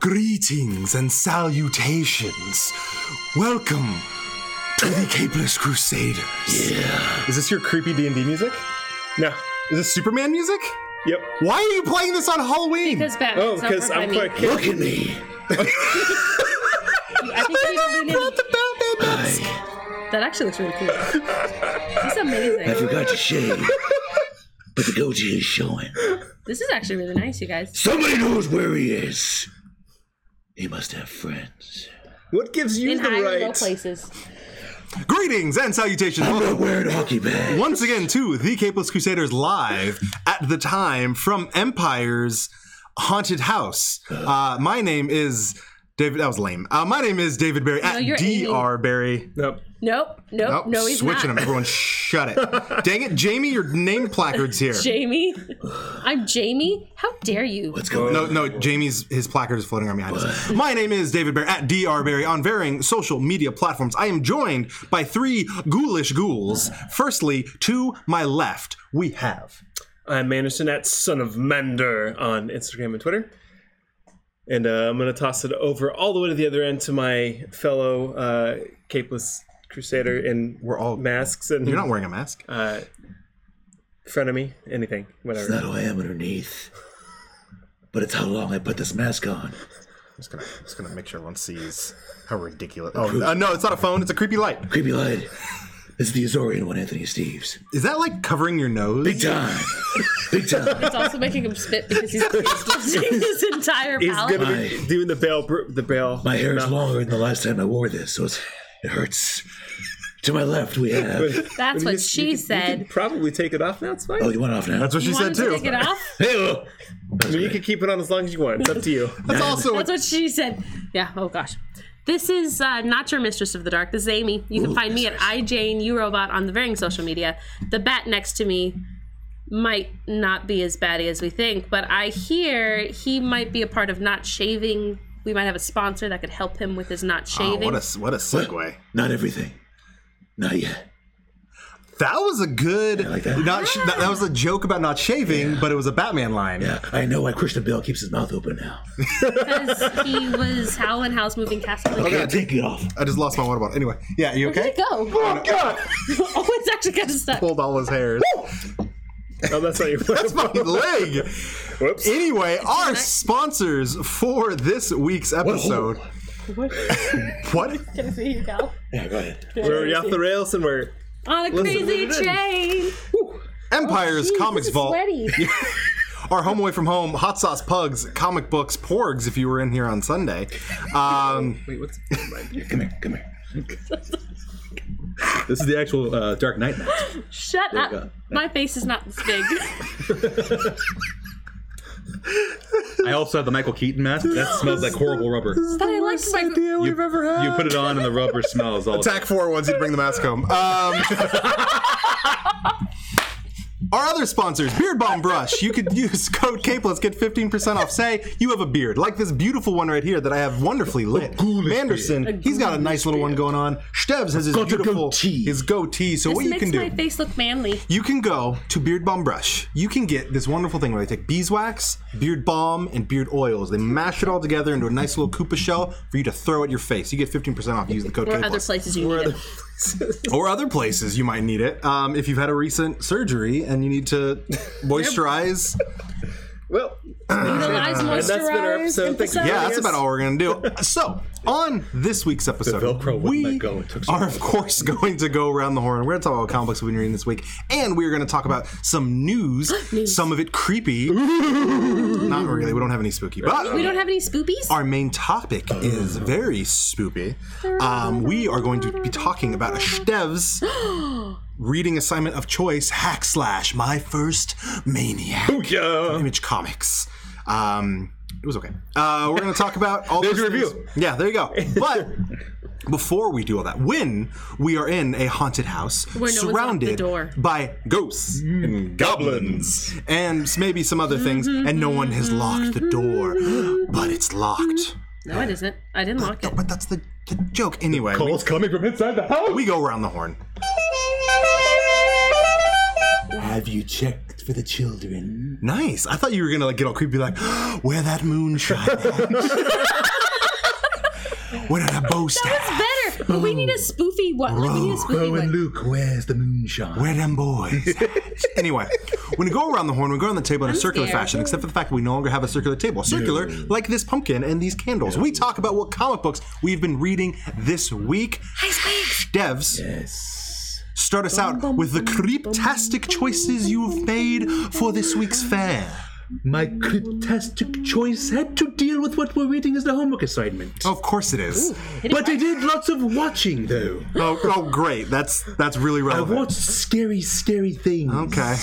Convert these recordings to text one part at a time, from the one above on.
Greetings and salutations. Welcome to the Capeless Crusaders. Is this your creepy D and D music? No. Is this Superman music? Yep. Why are you playing this on Halloween? Because Oh, Batman's because over by I'm me. quite kidding. Look at me. I think we should lean in. the Batman mask. I, That actually looks really cool. This is I amazing. forgot to shave, but the goatee is showing. This is actually really nice, you guys. Somebody knows where he is. He must have friends. What gives you In the high or low right? places. Greetings and salutations. I'm Welcome not wearing hockey bags. once again to the Capeless Crusaders live at the time from Empire's haunted house. Uh, my name is David. That was lame. Uh, my name is David Barry at you're Dr. Barry. Nope. Nope, nope, Nope, no, he's Oh, switching not. them. Everyone, shut it. Dang it, Jamie, your name placard's here. Jamie? I'm Jamie? How dare you? What's going No, on? no, Jamie's his placard is floating around behind us. My name is David Bear at DR Barry on varying social media platforms. I am joined by three ghoulish ghouls. Firstly, to my left, we have I'm Anderson at Son of Mander on Instagram and Twitter. And uh, I'm going to toss it over all the way to the other end to my fellow uh, capeless crusader in We're all- masks and You're not wearing a mask. uh, frenemy, anything, It's whatever. not who I am underneath, but it's how long I put this mask on. I'm just gonna just gonna make sure everyone sees how ridiculous. Oh uh, no, it's not a phone, it's a creepy light. Creepy light. This is the Azorian one, Anthony Steves. Is that like covering your nose? Big time. Big time. It's also making him spit because he's losing his entire He's palate. going to be doing the bail. Br- the bail. My hair is longer than the last time I wore this, so it's, it hurts. To my left, we have. That's what she You said. could probably take it off now. It's fine. Oh, you want off now? That's what she You said want him to take it too. off? Hey, oh. I mean, you can keep it on as long as you want. It's up to you. That's also That's what she said. Yeah. Oh gosh. This is uh, not your mistress of the dark. This is Amy. You can find me at iJane URobot on the varying social media. The bat next to me might not be as batty as we think, but I hear he might be a part of not shaving. We might have a sponsor that could help him with his Oh, not shaving. what a what a segue. Not everything. Not yet. That was a good. like that. Not sh- that, that was a joke about not shaving, but it was a Batman line. Yeah, I know why Christian Bale keeps his mouth open now. because he was Howlin' House moving castle. I gotta take it off. I just lost my water bottle. Anyway, yeah, you Where'd okay? it go? Oh god! oh, it's actually kind of stuck. Pulled all his hairs. Oh, that's not your That's my leg. Whoops. Anyway, our sponsors for this week's episode. hole? What? Can I see you go? Yeah, go ahead. We're already off the rails and we're On a crazy let it in. train. Empire's Oh, Jeez, Comics this is Vault. Sweaty. Our home away from home, hot sauce pugs, comic books, porgs. If you were in here on Sunday, um, wait. What's Come here, come here. This is the actual uh, Dark Knight mask. Shut up. go. My face is not this big. I also have the Michael Keaton mask. That smells like horrible rubber. but I liked my. you, you put it on and the rubber smells all attack four ones. You'd bring the mask home. Um, Our other sponsors, Beard Bomb Brush. You could use code CAPELETS, get 15% off. Say you have a beard, like this beautiful one right here that I have wonderfully lit. Manderson, he's got a nice little one going on. Steves has his Got a beautiful goatee. his goatee. So what This you makes can my do, face look manly. you can go to Beard Balm Brush. You can get this wonderful thing where they take beeswax, beard balm, and beard oils. They mash it all together into a nice little Koopa shell for you to throw at your face. You get 15% off. Use the code Or CAPELETS other places you need it. or other places you might need it um, if you've had a recent surgery and you need to moisturize well? Utilize moisturizer. that's been our episode. Thank you. yeah that's about all we're gonna do so on this week's episode Velcro wouldn't we let go. It took so are of course going to go around the horn we're gonna talk about comic books we've been reading this week and we're gonna talk about some news, some of it creepy not really we don't have any spooky but We don't have any spoopies. our main topic is very spoopy. Um, we are going to be talking about a Stev's reading assignment of choice, Hack Slash, My First Maniac, Yeah. Image Comics. Um, it was okay. Uh, we're going to talk about all There's those your things- review. Yeah, there you go. But before we do all that, when we are in a haunted house one's locked the surrounded door. by ghosts and goblins. and s- maybe some other things, and no one has locked the door, but it's locked. no, it isn't. I didn't lock it. But that's the, the joke. Anyway, we, Calls coming from inside the house. we go around the horn. I Have you checked for the children? Nice. I thought you were gonna like get all creepy, like where that moonshine. at? Where did that bow staff? It's better. But we need a spoofy one. Like, we need a spoofy Bo and one. Luke, where's the moonshine? Where them boys? at? anyway, when we go around the horn, we go around the table in a circular scared. fashion, except for the fact that we no longer have a circular table. Circular, like this pumpkin and these candles. We talk about what comic books we've been reading this week. Devs. Yes. Start us out with the creeptastic choices you've made for this week's fair. My cryptastic choice had to deal with what we're reading as the homework assignment. Of course it is. But I did lots of watching, though. Oh, oh, great. That's that's really I relevant. watched scary, scary things. Okay.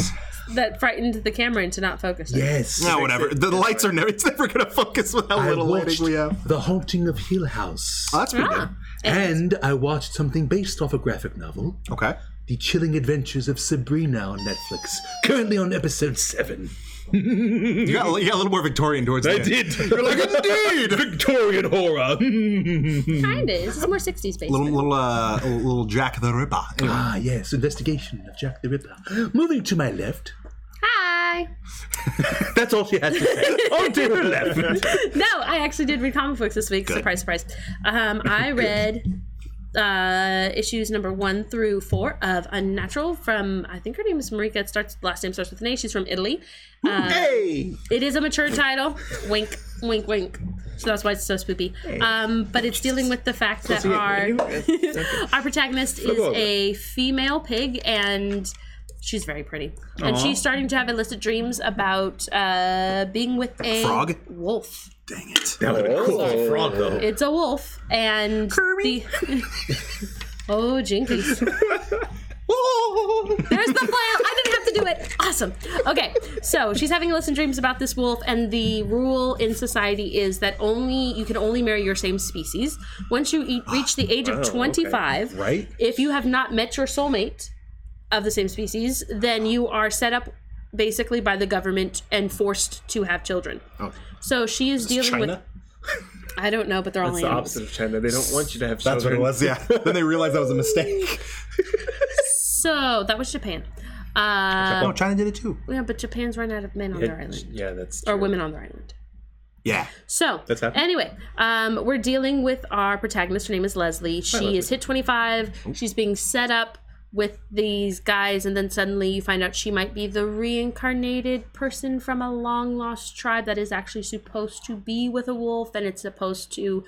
That frightened the camera into not focusing. Yes. No, whatever. The lights are never. It's never gonna focus with how I little lighting watched we have. The Haunting of Hill House. Oh, that's pretty Ah. and I watched something based off a graphic novel, good. Okay. The Chilling Adventures of Sabrina on Netflix, currently on episode 7. You got, you got a little more Victorian towards I A You're like, indeed! Victorian horror! Kind of. This is more 60s based. little little uh little Jack the Ripper. Anyway, Ah, yes, investigation of Jack the Ripper. Moving to my left. Hi. That's all she had to say. on to her left. No, I actually did read comic books this week. Surprise, surprise. Um, I read uh, issues number one through four of Unnatural from, I think her name is Marika. It starts, last name starts with an A. She's from Italy. hey! It is a mature title. Wink, wink, wink. So that's why it's so spoopy. Um, but it's dealing with the fact that our, our protagonist is a female pig and she's very pretty. And she's starting to have illicit dreams about uh, being with a Frog? wolf. dang it. That would have been cool if it was a frog, though. It's a wolf, and the oh jinkies! There's the flail. I didn't have to do it. Awesome. Okay, so she's having illicit dreams about this wolf, and the rule in society is that only you can only marry your same species. Once you e- reach the age of 25, Right? if you have not met your soulmate of the same species, then you are set up basically by the government and forced to have children. So she is dealing with. China? I don't know, but they're all It's the animals. opposite of China. They don't want you to have That's what it children. was. Yeah. then they realized that was a mistake. So that was Japan. Uh, Oh, China did it too. yeah, but Japan's run out of men on their island Yeah, that's or true. women on their island. Yeah. So happened. anyway, um, we're dealing with our protagonist. Her name is Leslie. She is hit 25. She's being set up with these guys, and then suddenly you find out she might be the reincarnated person from a long lost tribe that is actually supposed to be with a wolf, and it's supposed to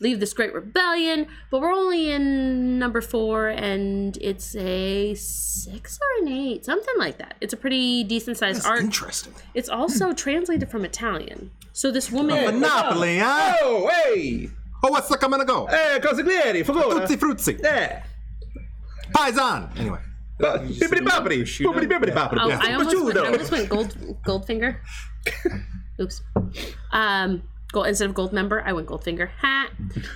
leave this great rebellion. But we're only in number four, and it's a six or an eight, something like that. It's a pretty decent sized arc. Interesting. It's also translated from Italian. So this woman, Monopoly, huh? Oh, hey! Oh, what's the coming to go? Eh, consiglieri, favore! Fruitsy fruitsy. Eh! Paisan. Anyway. Bibbidi bobbidi! Bobbidi bibbidi bobbidi! Oh, Yeah. I almost went, I Prosciutto. almost went gold Goldfinger. Oops. Um, gold, instead of gold member, I went Goldfinger. Ha.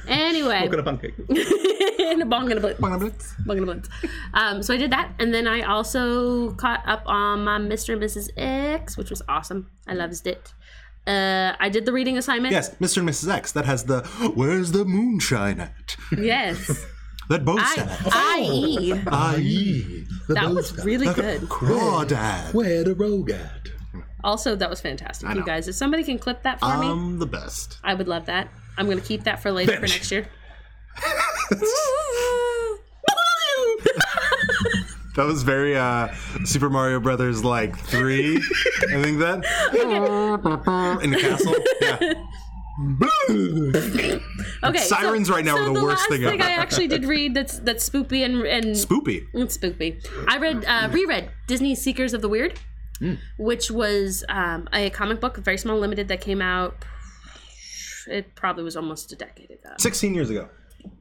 Anyway, Gonna pancake. in a bong and a blitz. Bong and a blitz. Um, so I did that, and then I also caught up on my Mr. and Mrs. X, which was awesome. I loved it. Uh, I did the reading assignment. Yes, Mr. and Mrs. X. That has the where's the moonshine at? Yes. That E. bow staff. I, IE. Oh. Aye. The That boat was stuff. really good. Crawdad. Where the rogue at? Also, that was fantastic, you know. Um, guys. If somebody can clip that for me, I'm the best. I would love that. I'm going to keep that for later for Bench. next year. That was very uh, Super Mario Brothers like three. I think that in the castle. Yeah. Okay. Sirens right now are the worst last thing ever. I actually did read that's that's spoopy and and Spoopy. it's spoopy. I read uh, reread Disney Seekers of the Weird, Hmm. which was um, a comic book, very small, limited that came out. It probably was almost a decade ago. Sixteen years ago.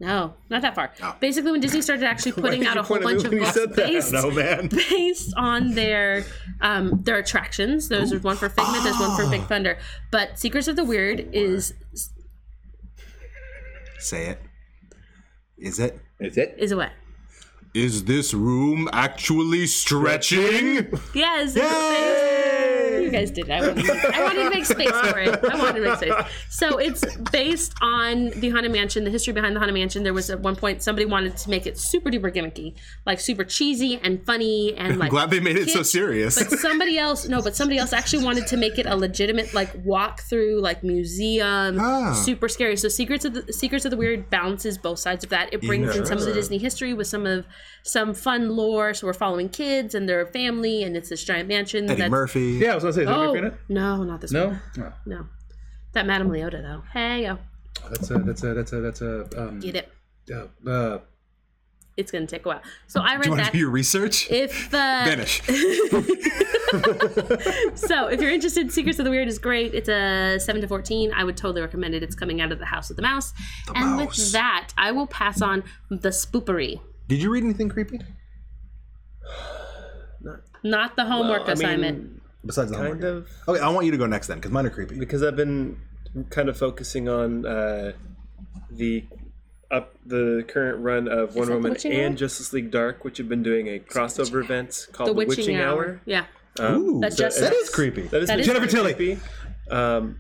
No, not that far. Oh. Basically, when Disney started actually putting out a whole bunch of books based, man. based on their um, their attractions. There's one for Figment, there's one for Big Thunder. But Secrets of the Weird is Say it. Is it? Is it? is a what? Is this room actually stretching? Yes. it's a thing. Yay! you guys did. it. I wouldn't. I wanted to make space for it. I wanted to make space. So it's based on the Haunted Mansion, the history behind the Haunted Mansion. There was at one point somebody wanted to make it super duper gimmicky, like super cheesy and funny and like. Glad they made it so kitsch. serious. But somebody else, no, but somebody else actually wanted to make it a legitimate like walk through like museum, Ah. super scary. So Secrets of the Secrets of the Weird balances both sides of that. It brings in some of the Disney history with some of some fun lore. So we're following kids and their family, and it's this giant mansion. Eddie that's- Murphy. Yeah, I was gonna say, is Oh, oh. in it? no, not this No. Oh. one. No. That Madame Leota, though. Hey, yo. That's a that's a that's a that's a um. Get it. Uh, uh, It's going to take a while. So I You read want that. to do your research? If uh, Vanish. so, if you're interested, Secrets of the Weird is great. It's a seven to fourteen. I would totally recommend it. It's coming out of the House of the Mouse. and with that, I will pass on the spoopery, Did you read anything creepy? not the I homework mean, assignment. Besides the Kind homework. of. Okay, I want you to go next then, because mine are creepy. because I've been kind of focusing on uh, the up the current run of Wonder that The Woman Witching and Hour? Justice League Dark, which have been doing a crossover event called the witching, hour. Yeah. Um, Ooh, That's just- that is creepy. That is That is Jennifer creepy. Tilly. Um,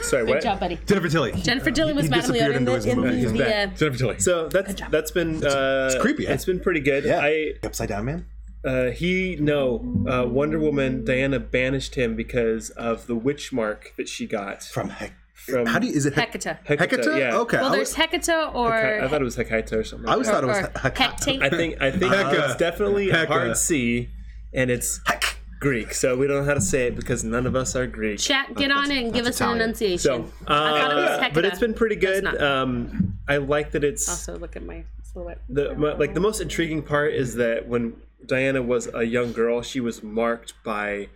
sorry, Good what? job, buddy. Jennifer Tilly. Jennifer Tilly was Madame disappeared Leota in into his the, in movie. the, He's the uh, back. Jennifer Tilly. So that's that's been uh, it's creepy, eh? It's been pretty good. Yeah. I Upside down man. uh, he no uh, Wonder Woman Diana banished him because of the witch mark that she got From heck. from How do you, is it Hec- Hecata. Hecate, Hecate? yeah. Okay. Well, I was- there's Hecata or. I thought it was Hecate or something. I always like thought it was or Hec- that. I Hecate. think I think Hecate. it's definitely a Hecate. hard C, and it's Hec- Greek, so we don't know how to say it because none of us are Greek. Chat, get on it and give us Italian. an enunciation. So, uh, I thought it was Hecate. but it's been pretty good. It's not. Um, I like that it's So look at my silhouette. the my, like the most intriguing part is that when Diana was a young girl, she was marked by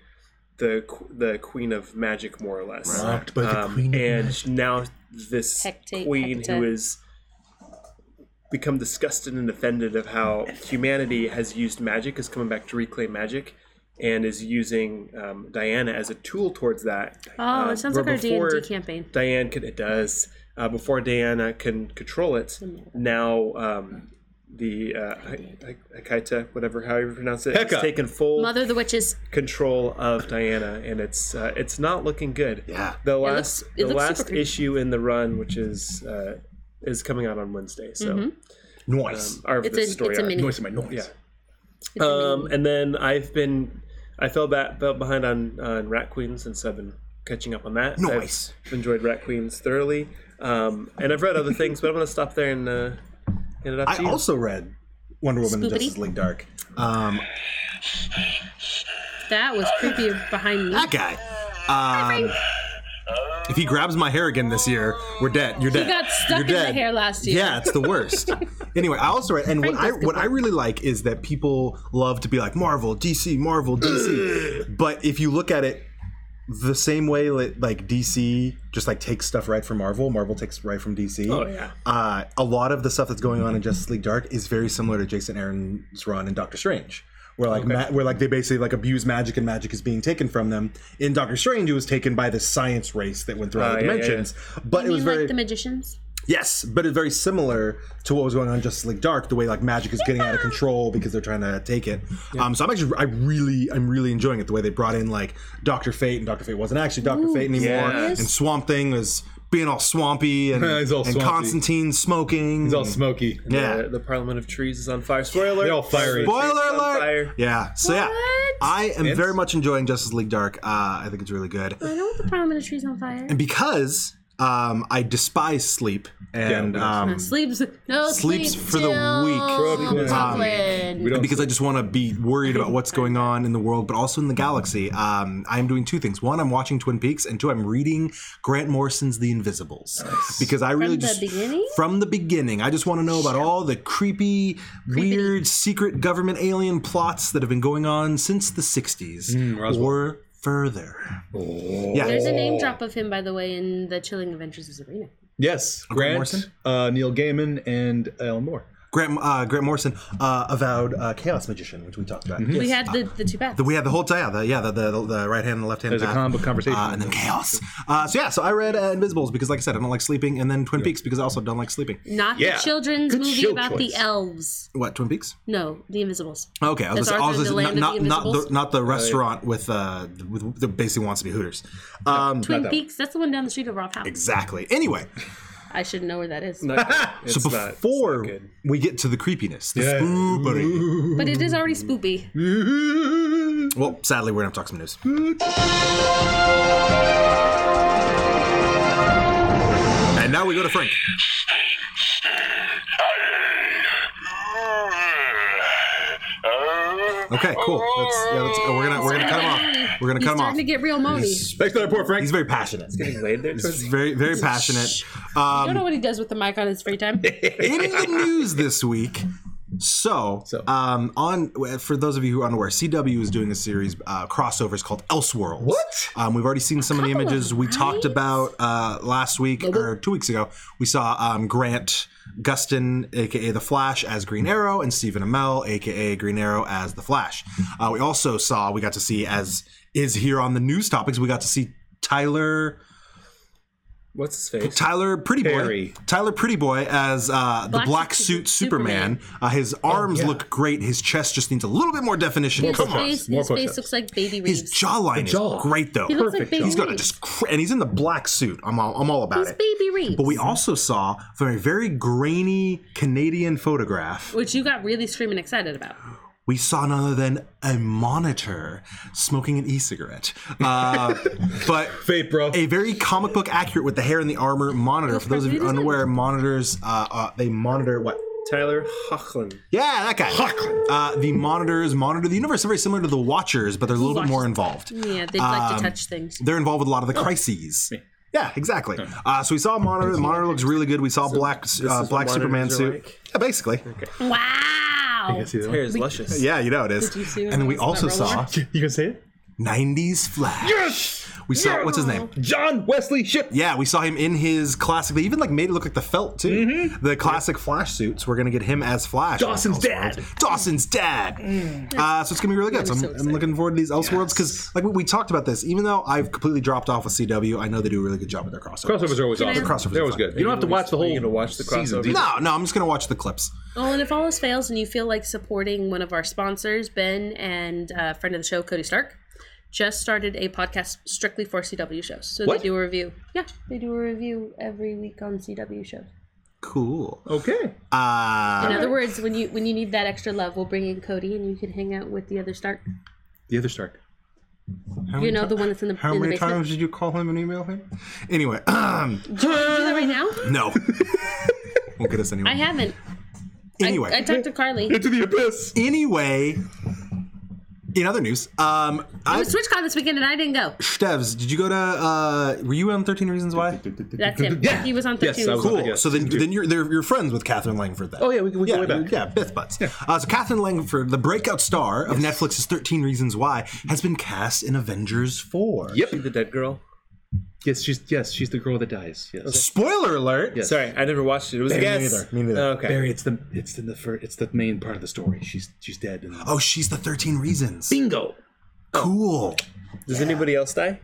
the qu- the queen of magic, more or less. Marked by the Um, queen of and now this Hecate, queen who Hecate. is become disgusted and offended of how humanity has used magic is coming back to reclaim magic and is using um, diana as a tool towards that Oh, it sounds where like our before D&D campaign. diane can it does uh, before diana can control it now um, the uh, Hi- Hi- Hikaita, whatever, however you pronounce it, has Heka. taken full Mother of the Witches. control of Diana, and it's uh, it's not looking good. Yeah. The last looks- it the looks super last creepy. issue in the run, which is uh, is coming out on Wednesday. So Noise. our Mm-hmm. It's a, this story it's a arc. mini. Noise in my noise. Yeah. Um, and then I've been I fell back fell behind on on Rat Queen since I've been catching up on that. Nice. I've enjoyed Rat Queens thoroughly, um, and I've read other things, but I'm gonna stop there and uh, hand it off to I you. also read Wonder Woman and Spoopity. Justice League Dark. Um, That was creepy behind me. that guy. Um, if he grabs my hair again this year, we're dead. You're dead. got stuck You're in the dead. hair last year. Yeah, it's the worst. anyway, I also read, and what I does good what I really like is that people love to be like Marvel, DC, Marvel, DC. but if you look at it the same way that like DC just like takes stuff right from Marvel, Marvel takes right from DC. Oh, yeah. Uh, a lot of the stuff that's going on in Justice League Dark is very similar to Jason Aaron's run in Doctor Strange. Where like ma- where like they basically like abuse magic and magic is being taken from them. In Doctor Strange, it was taken by the science race that went through all the Oh, yeah, yeah, yeah. dimensions. But it you was mean very like the magicians? Yes, but it's very similar to what was going on in Justice League Dark, the way like magic is getting out of control because they're trying to take it. Um, so I'm actually, I really, I'm really enjoying it. The way they brought in like Doctor Fate, and Doctor Fate wasn't actually Doctor Fate anymore, yes. and Swamp Thing was being all swampy, and, He's all and swampy. Constantine smoking. it's all smoky. Mm. yeah. The, the Parliament of Trees is on fire. Spoiler alert. They're all fiery. Spoiler Trees on alert! fire. Yeah. So yeah, What? I am very much enjoying Justice League Dark. Uh, I think it's really good. I know what the problem is. Trees on fire. And because um, I despise sleep and um, Sleeps. No Sleeps sleep for the till weak. Brooklyn. Brooklyn. We don't because I just want to be worried about what's going on in the world, but also in the galaxy. Um, I'm doing two things. One, I'm watching Twin Peaks, and two, I'm reading Grant Morrison's The Invisibles because I really the just beginning? from the beginning. I just want to know about all the creepy, weird, secret government alien plots that have been going on since the '60s or further. Yeah, There's a name drop of him, by the way, in the Chilling Adventures of Sabrina. Yes, Grant, Morrison? uh, Neil Gaiman, and Alan Moore. Grant, uh, Grant Morrison, uh, avowed uh, chaos magician, which we talked about. We had the, the two paths. The- we had the whole yeah, the, yeah, the, the, the right hand and the left hand. There's a path. combo conversation. Uh, and then chaos. Uh, so yeah, so I read uh, Invisibles because, like I said, I don't like sleeping, and then Twin Peaks because I also don't like sleeping. Not Yeah. the children's Good movie show about choice. the elves. What Twin Peaks? No, the Invisibles. Okay, I was That's gonna say- I was Arthur in the gonna say, Land not of the not not the, Invisibles. not Oh, the restaurant with uh with that basically wants to be Hooters. Um, Twin Peaks. That's the one down the street of Rob House. exactly. Anyway, I should know where that is. It's so not- it's before not good. we get to the creepiness, the spoopery. But it is already spoopy. Well, sadly, we're gonna have to talk some news. And now we go to Frank. Okay, cool. That's, yeah, that's, we're gonna we're gonna cut him off. We're gonna He's cut him starting off. to get real moany. Back to that report, Frank. He's very passionate. laid there He's towards the very very passionate. I don't know what he does with the mic on his free time. in the news this week. So, um, on for those of you who are unaware, CW is doing a series uh, crossovers called Elseworlds. What? Um, we've already seen some of the couple of images we talked nights. about uh, last week or two weeks ago. We saw um, Grant Gustin, aka the Flash, as Green Arrow, and Stephen Amell, aka Green Arrow, as the Flash. Uh, we also saw we got to see as is here on the news topics. We got to see Tyler. What's his face? Tyler Pretty Boy, Perry. Tyler Pretty Boy as uh, the Black black suit suit Superman. Uh, his arms look great. His chest just needs a little bit more definition. His Come on. face, more his face push-ups. looks like baby His Reeves. jawline jaw. is great though. he looks like baby He's got to Reeves. just, cr- and he's in the black suit. I'm all, I'm all about He's it. baby Reeves. But we also saw from a very grainy Canadian photograph, which you got really screaming excited about. we saw none other than a monitor smoking an e-cigarette. Uh, but Fate, bro. a very comic book accurate with the hair and the armor monitor. For those of you unaware, monitors uh, uh, they monitor what Tyler Hoechlin. Yeah, that guy. Uh, the monitors monitor the universe. Very similar to the Watchers, but they're a little bit more involved. Yeah, they'd Um, like to touch things. They're involved with a lot of the crises. Yeah, exactly. Uh, so we saw a monitor. The monitor looks really good. We saw black uh, what black Superman monitors are suit. like? Yeah, basically. Wow. Hair is luscious. Yeah, you know it is. you see what and then we that was, also that saw roller? You can say it? 90s Flash. Yes! We saw what's his name? John Wesley Ship. Yeah, we saw him in his classic. They even like made it look like the felt too. The classic Flash suits. We're gonna get him as Flash. in Mm-hmm. Dawson's Mm. Elseworlds. dad. Dawson's dad. Uh, so it's gonna be really good. So I'm, so I'm looking forward to these Elseworlds because, like we, we talked about this. Even though I've completely dropped off with CW, I know they do a really good job with their crossovers. Crossovers are always awesome. crossovers They're are always fun. good. You don't have to watch the Are whole. you gonna watch the season, crossover? do you? No, no, I'm just gonna watch the clips. Oh, and if all else fails and you feel like supporting one of our sponsors, Ben and uh, friend of the show, Cody Stark, just started a podcast strictly for CW shows. So What? they do a review. Yeah, they do a review every week on CW shows. Cool. Okay. Uh, In other words, when you when you need that extra love, we'll bring in Cody and you can hang out with the other Stark. The other Stark. You know, the one that's in the, how in the many basement. times did you call him and email him? Anyway, Do that right now? no. Won't get us anywhere. I haven't. anyway, I, I talked to Carly. It Into the abyss. anyway. In other news, um, I was SwitchCon this weekend and I didn't go. Stevs, did you go to? uh Were you on Thirteen Reasons Why? That's him. Yeah. He was on Yes, 13. I was on- Cool. Yes. So then, then you're they're, you're friends with Catherine Langford. Then. Oh, yeah, we can- we can yeah, go way back. Yeah, Beth butts. Uh, so Catherine Langford, the breakout star of Netflix's Thirteen Reasons Why, has been cast in Avengers Four. Yep. The dead girl. Yes, she's yes, she's the girl that dies. Yes. Spoiler alert. Yes. Sorry, I never watched it. It was a Me guess. neither, me neither. Oh, okay. Barry, it's the it's in the fir- it's the main part of the story. She's she's dead. And Oh, she's the Thirteen Reasons. bingo. Cool. Does anybody else die?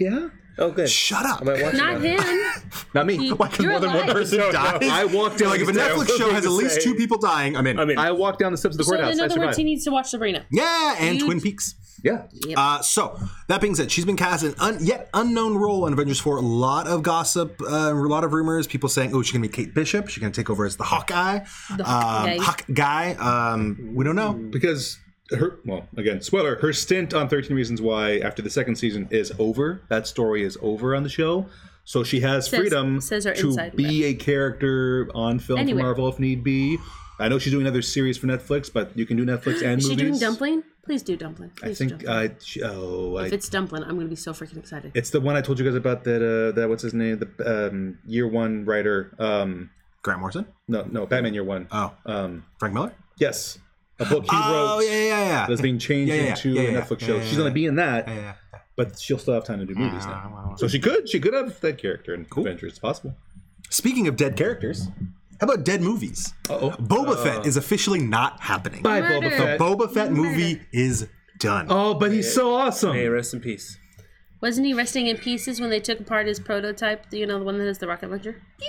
Yeah. Oh, good. Shut up. I might watch it Not now. him. Not me. He- Why can You're more than one alive. person die? I walked in like if a and said, Netflix "What show was has I at least saying?" two people dying, I'm in. I mean, I walked down the steps of the So courthouse. in I other words, survived. he needs to watch Sabrina. yeah, and You- Twin Peaks. yeah. Uh, so that being said, she's been cast an un- yet unknown role in Avengers 4. A lot of gossip, uh, a lot of rumors. People saying, "Oh, she's gonna be Kate Bishop. She's gonna take over as the Hawkeye." The Hawkeye. um, Hawkeye. Um, we don't know. Because her well, again, spoiler, her stint on Thirteen Reasons Why after the second season is over. That story is over on the show. So she has Says- freedom says her to inside be a character on film for Anywhere. Marvel if need be. I know she's doing another series for Netflix, but you can do Netflix and Is movies. she doing dumpling? Please do dumpling. I Please do think dumpling. uh, she- oh, I if it's dumpling, I'm gonna be so freaking excited. It's the one I told you guys about that uh that what's his name the um year one writer um Grant Morrison. no no Batman year one Oh, um Frank Miller. yes a book he oh, wrote yeah, yeah, yeah. that's being changed Yeah, yeah, yeah. into Yeah, a yeah, Netflix yeah, show yeah, she's gonna yeah. be in that Yeah, yeah, yeah. but she'll still have time to do movies now wow, wow. so she could she could have that character in Adventures it's possible Speaking of dead characters, How about dead movies? Uh-oh. Uh. Boba Fett is officially not happening. Bye, Murder. Boba The The Fett. Boba Fett movie is done. oh, but he's so awesome. May he rest in peace. Wasn't he resting in pieces when they took apart his prototype? You know, the one that has the rocket launcher? Are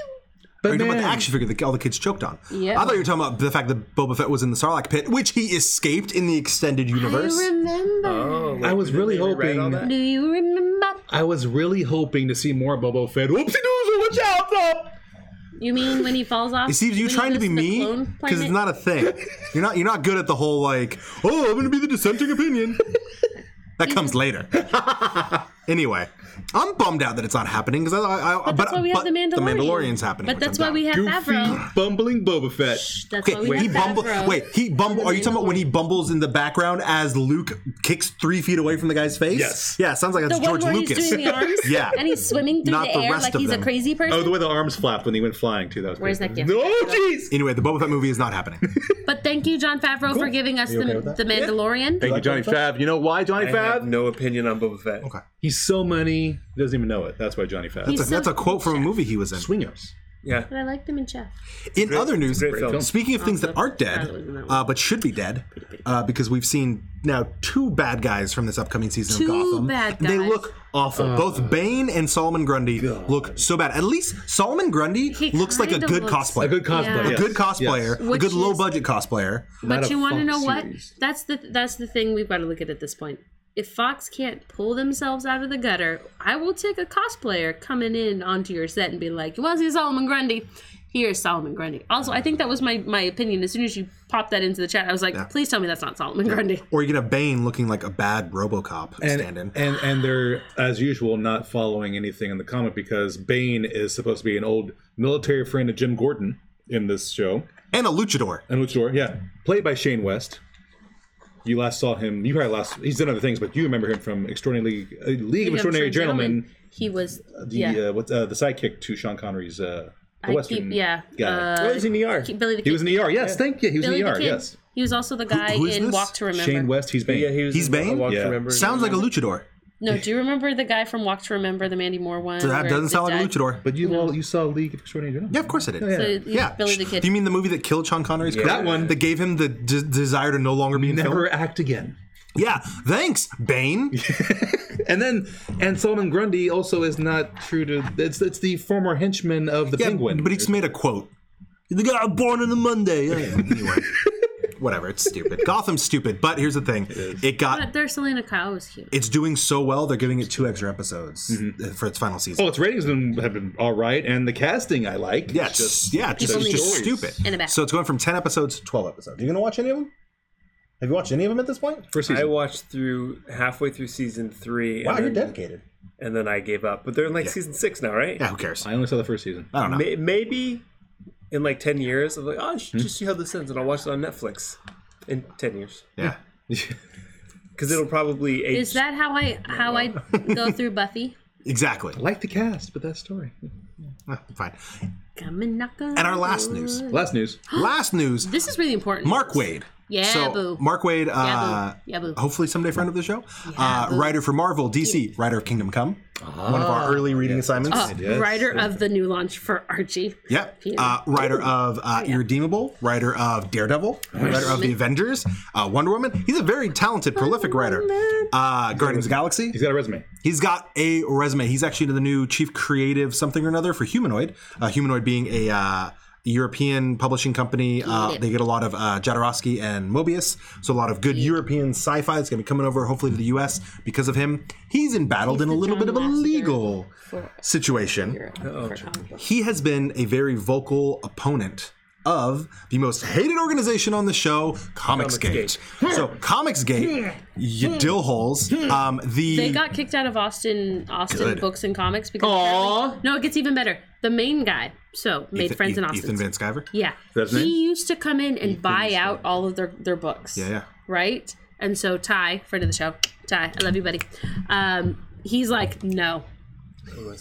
But you talking man, about the action figure that all the kids choked on? Yeah. I thought you were talking about the fact that Boba Fett was in the Sarlacc pit, which he escaped in the extended universe. Do you remember? Oh, I was really hoping- Do you remember? I was really hoping to see more Boba Fett. Oopsie doozle, watch out! no! You mean when he falls off? You see, if you when he trying to be goes the me, clone because planet? it's not a thing. You're not. You're not good at the whole like. Oh, I'm going to be the dissenting opinion. That comes later. anyway, I'm bummed out that it's not happening because I, I, I. But that's why we have the Mandalorian. Mandalorian's happening. But which I'm that's why down. we have Favreau. Goofy, bumbling Boba Fett. That's why Okay, we he have bumble. Favreau. Wait, he bumble. in Are you talking about when Mandalorian. he bumbles in the background as Luke kicks three feet away from the guy's face? Yes. Yeah, sounds like the that's one George where Lucas. he's doing the arms? Yeah. And he's swimming through Not the, the air rest like of he's them. a crazy person. Oh, the way the arms flapped when he went flying too. That was Where's pretty that funny. gift? Oh, jeez. anyway, the Boba Fett movie is not happening. But thank you, John Favreau, for giving us the, the Mandalorian. Thank you, Johnny Fab. You know why Johnny I have Fab? no opinion on Boba Fett. Okay. He's so money. He doesn't even know it. That's why Johnny Fab. He's That's a, so- that's a quote from a movie he was in. Swingers. Yeah. But I like them in Jeff. In other news, great film. speaking of things that aren't dead, uh, but should be dead, uh, because we've seen now two bad guys from this upcoming season Two of Gotham. bad They guys. look awful. Both Bane and Solomon Grundy look so bad. At least Solomon Grundy He looks like a kinda good looks- cosplayer. A good cosplay. Yeah. A yes. good cosplayer, a Which good is- low budget cosplayer. But you want to funk know what? series. That's the that's the thing we've got to look at at this point. If Fox can't pull themselves out of the gutter, I will take a cosplayer coming in onto your set and be like, "Was he Solomon Grundy? Here's Solomon Grundy." Also, I think that was my my opinion. As soon as you popped that into the chat, I was like, "Please tell me that's not Solomon Grundy." Or you get a Bane looking like a bad RoboCop And, stand-in. and and they're as usual not following anything in the comic because Bane is supposed to be an old military friend of Jim Gordon in this show. and a luchador. And which door? Yeah, played by Shane West. You last saw him. You probably last. He's done other things, but you remember him from Extraordinary League, uh, League of Extraordinary Gentlemen. He was The yeah. uh, what's uh, the sidekick to Sean Connery's uh, the I Western keep- yeah, guy. uh, Where's in ER? Ki- Billy the he Kid. was in ER. Yes, thank you. He was Billy in the ER. Kid. Yes, He was also the guy who is in this? Walk to Remember. Shane West. He's Bane. Yeah, he was He's in, uh, Bane? Walk to Yeah. Remember. Sounds like a luchador. No, do you remember the guy from Walk to Remember, the Mandy Moore one? So that where doesn't the sound like a guy- luchador. But you all, you saw League of Extraordinary Gentlemen. Yeah, of course I did. So he's Yeah. Billy the Sh- Kid. Do you mean the movie that killed Sean Connery's career? That one. That gave him the d- desire to no longer be in Never film? act again. Yeah. Thanks, Bane. And then, and Solomon Grundy also is not true to. It's it's the former henchman of the Yeah, Penguin. but he just made a quote. The guy born on a Monday. Yeah, Anyway. Whatever, it's stupid. Gotham's stupid, but here's the thing. It, got But their Selena Kyle was cute. it's doing so well, they're giving it two extra episodes uh, for its final season. well, Oh, its ratings have been, have been all right, and the casting I like. yeah, it's just, yeah, it's just, it's need just stories. stupid. In the back. So it's going from 10 episodes to 12 episodes. Are you going to watch any of them? Have you watched any of them at this point? First season. I watched through halfway through season three. Wow, and you're then, dedicated. And then I gave up. But they're in like season six now, right? Yeah, who cares? I only saw the first season. I don't know. May- maybe in like 10 years, I'm like, oh, I Hmm? should just see how this ends and I'll watch it on Netflix in 10 years. Yeah. Because it'll probably age. Is that how I how I go through Buffy? Exactly. like the cast, but that story. Ah, Fine. Come and knock on. And our last news. Last news. Last news. This is really important. Mark Wade. Yeah, so boo. Mark Wade, uh, Yeah, boo. Yeah, boo. hopefully someday friend of the show, uh, writer for Marvel, DC, writer of Kingdom Come, one of Ah, our early reading assignments. Uh, Writer of the new launch for Archie. Yep. Uh, writer of uh, Irredeemable, writer of Daredevil, writer of the Avengers, uh, Wonder Woman. He's a very talented, prolific writer. Uh, Guardians of the Galaxy. He's got a resume. He's got a resume. He's actually the new chief creative something or another for Humanoid. Uh, Humanoid being a uh, European publishing company. Uh, they get a lot of uh, Jodorowsky and Mobius, so a lot of good European sci-fi that's going to be coming over, hopefully to the U.S. because of him. He's embattled in a little bit of a legal situation he has been a very vocal opponent of the most hated organization on the show, Comicsgate. so, Comicsgate, you dillholes, um, the They got kicked out of Austin Austin Good. books and comics because apparently- no, it gets even better. The main guy, so made Ethan- E- friends in Austin. Ethan Van Sciver. Yeah. his name? He used to come in and buy out all of their, their books. Yeah, yeah. Right? And so Ty, friend of the show, Ty, I love you, buddy. Um, he's like, no.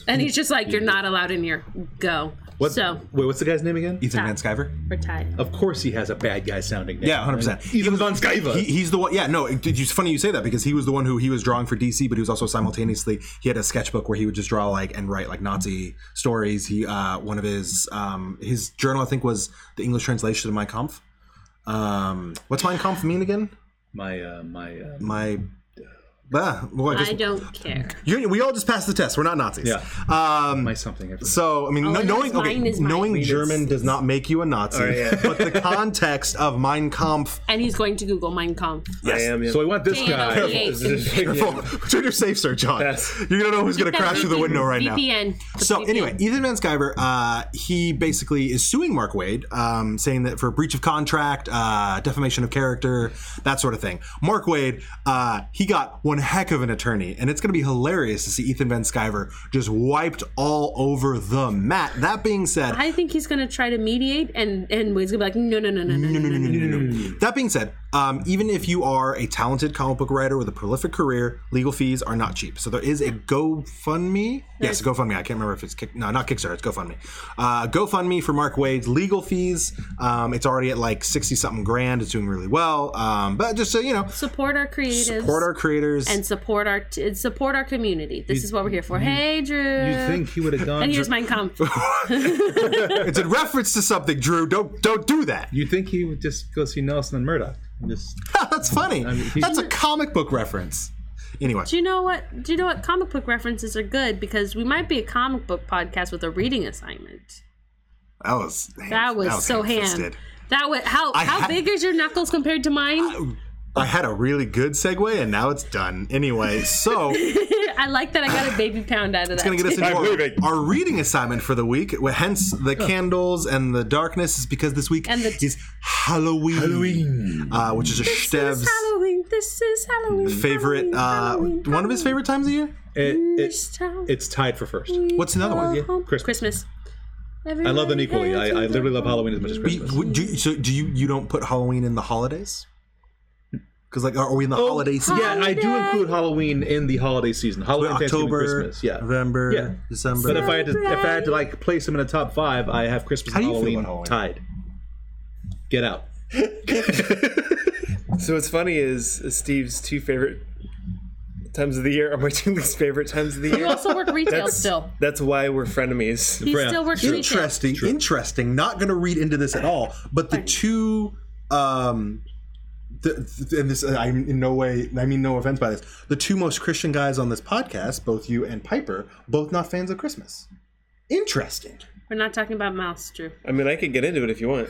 And he's just like, you're not allowed in here. Go. What, So- wait, what's the guy's name again? Ethan Stop. Van Sciver. We're tied. Of course, he has a bad guy sounding name. Yeah, 100%. He's on Skyva. He, he's the one. Yeah, no. It, it's funny you say that because he was the one who he was drawing for DC, but he was also simultaneously he had a sketchbook where he would just draw like and write like Nazi stories. He uh, one of his um, his journal I think was the English translation of Mein Kampf. Um, what's Mein Kampf mean again? my uh, my uh, My ah, well, I I guess, don't care. you we all just passed the test. We're not Nazis. Yeah. Um, my something. I forgot. so I mean, All kno- I know is knowing okay, Oh, mine is mine. knowing Mine is- German does not make you a Nazi, but the context of Mein Kampf. And he's going to Google Mein Kampf. I am. Yeah. So I want this guy. Careful. Turn your safe search on. Yes. You don't know who's going to crash through the window right now. VPN. So anyway, Ethan Van Sciver, uh, he basically is suing Mark Wade, um, saying that for breach of contract, uh, defamation of character, that sort of thing. Mark Wade, uh, he got one heck of an attorney, and it's going to be hilarious to see Ethan Van Sciver just wiped all over the mat. That being said, I think he's going to try to mediate, and and Wade's going to be like, no, no, no, no, no, no, no, no, no, no. That being said, um, even if you are a talented comic book writer with a prolific career, legal fees are not cheap. So there is a GoFundMe. Yes, a GoFundMe. I can't remember if it's kick, no, not Kickstarter. It's GoFundMe. Uh, GoFundMe for Mark Wade's legal fees. Um, it's already at like sixty something grand. It's doing really well. Um, but just so you know, Support our creatives. support our creators. and support our t- support our community. This is what we're here for. hey, Drew. you think he would have gone? and here's Mein Kampf. it's in reference to something, Drew. Don't don't do that. you think he would just go see Nelson and Murdoch? And just That's funny. he's- That's a comic book reference. Anyway. do you know what? Do you know what comic book references are good? Because we might be a comic book podcast with a reading assignment. That was That was, so ham. ham-fisted. That was how how ha- big is your knuckles compared to mine? I had a really good segue and now it's done. Anyway, so it's I like that I got a baby pound out of that. gonna get us into I'm leaving. our, our reading assignment for the week. wh- Hence the candles and the darkness is because this week And the- is Halloween. Halloween, uh, which is a Stev's This is Halloween. This is Halloween. favorite, Halloween, uh, Halloween, one of his favorite times of year. it, This it, town it's tied for first. What's another one? is home. Christmas. Christmas. I love them Everybody equally. has I, I a literally love Halloween as much as We- Christmas. would- do you- so do you you don't put Halloween in the holidays? Because like, are, are we in Oh, the holiday season? Yeah, I do include Halloween in the holiday season. Halloween, Thanksgiving, October, Christmas. Yeah, November, Yeah. December. But if I had to, if I had to like place them in a top five, I have Christmas How and do you feel Halloween, about tied. Get out. So what's funny is Steve's two favorite times of the year are my two least favorite times of the You year. also work retail still. That's why we're frenemies. He Yeah. still works retail. interesting interesting not going to read into this at all but the two um the, th- and this i'm in no way i mean no offense by this the two most christian guys on this podcast both you and piper both not fans of christmas interesting We're not talking about mouse, Drew. I mean, I could get into it if you want.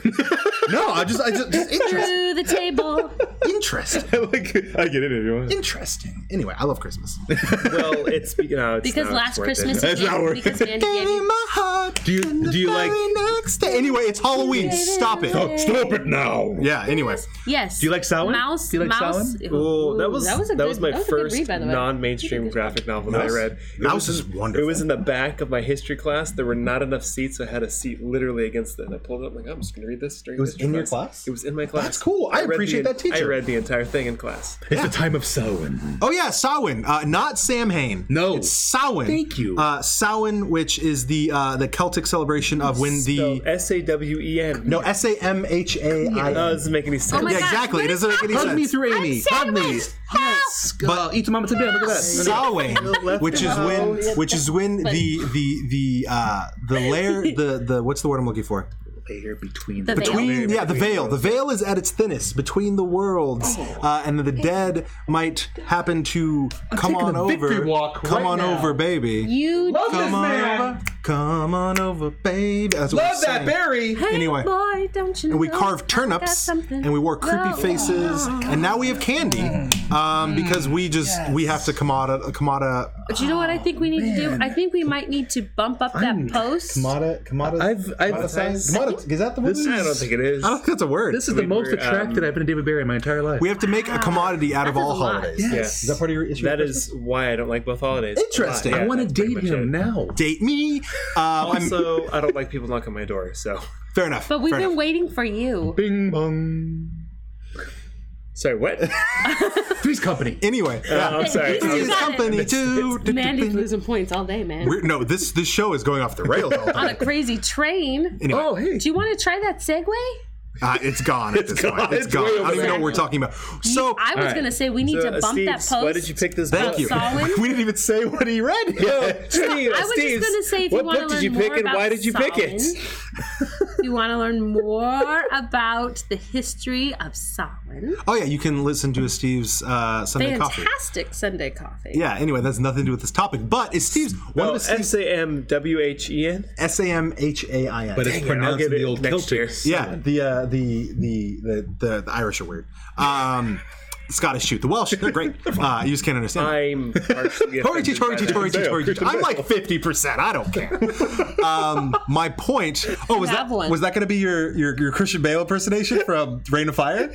no i just i just, just interest, Through the table. interesting like, I get it if you want. interesting anyway i love christmas well, it's no, it's Because not, it's last worth it. Christmas, That's he not gave, worth because it. Andy Gave gave me you my heart Do you and the do you like very do next day. anyway it's halloween stop it Oh, stop it now. yeah anyway yes. Do you like Samhain? Mouse. Do you like mouse. Samhain? Well, that was that was, a good, my that was a good first read, by the way. non-mainstream graphic novel that I read. It mouse was- is wonderful It was in the back of my history class. There were not enough seats, so I had a seat literally against it. And I pulled it up, like, I'm just going to read this during It was in your class? It was in my class. That's cool. I read the appreciate en- that teacher. I read the entire thing in class. It's the time of Samhain. Oh yeah, Samhain, uh, not Samhain. No. it's Samhain. Thank you. Uh, Samhain, which is the uh, the Celtic celebration of when the S A W E N. Oh, no S A M H A It I. doesn't make any sense. Oh my Yeah, God, exactly. It what doesn't make any Hug me sense. through Amy. Hug me. Yes, but Eat your mama today. Look at that. Samhain, which is when which is when the the the uh, the layer the the what's the word I'm looking for Layer between The the veil. between yeah the veil the veil is at its thinnest between the worlds Oh. uh, and the dead might happen to come taking on a victory over walk come right on now. over baby You Come on over, come on over, baby. That's what we sang. berry. Anyway. boy, don't you And we know carved I got turnips, something and we wore creepy wrong. faces, and now we have candy, um, because we just we have to commodita commodita But you know what I think we need Oh, to do? I think we might need to bump up that post. commodita commodita. I've I've commodita, is that the word? I don't think it is. I don't think that's a word. this is We the most were, attracted um, I've been to David Barry in my entire life. we have to make a commodity out of That is all Ah, a lot. holidays. Yes. Is that part of your issue? That is why I don't like both holidays. Interesting. A lot, I yeah, I want to that's pretty date much him it. now. date me. Um, I'm- Also, I don't like people knocking on my door, so fair enough. But we've fair been enough. waiting for you. Bing bong. Sorry, what? Three's Company. Anyway, yeah. I'm sorry. Three's got it. Company too. Mandy's losing points all day, man. We're- no, this this show is going off the rails. All the On time. a crazy train. Oh, hey. Do you want to try that segue? Uh, it's gone at this point. It's It's gone. I way don't even over know what we're talking about. So I was right. gonna say we need So, to uh, bump Steve, that post. Why did you pick this thank book? you. Solid. We didn't even say what he read. yet. Steve, I was just Steve, gonna say, if you what wanna book did you learn pick more and why about did you pick it? Solomon, you want to learn more about the history of Solomon? Oh yeah, you can listen to Steve's uh, Sunday coffee. Fantastic Sunday coffee. Yeah. Anyway, that's nothing to do with this topic. But it's Steve's one Oh, of Steve's S A M W H E N. S A M H A I N. But it's pronounced get in it the old next Celtic. year. Yeah, the uh, the, the the the the Irish are weird. Um, Scottish shoot the Welsh. They're great. Uh, you just can't understand. them. I'm partially Tory teach, offended Tory by teach, that. Tory teach, Tory teach. I'm like fifty percent. I don't care. Um, my point. Oh, was that Have one. was that going to be your, your your Christian Bale impersonation from Rain of Fire?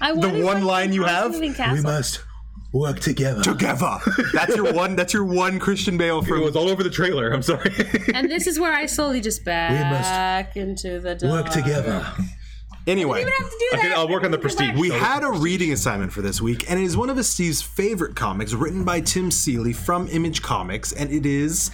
I The wanted, one like, line you have? Constantine We Castle. must work together. Together. That's your one. That's your one Christian Bale It from. was all over the trailer. I'm sorry. And this is where I slowly just back into the dark. work together. Ah. Anyway. okay, I'll work on the prestige. We had a reading assignment for this week, and it is one of Steve's favorite comics, written by Tim Seeley from Image Comics, and it is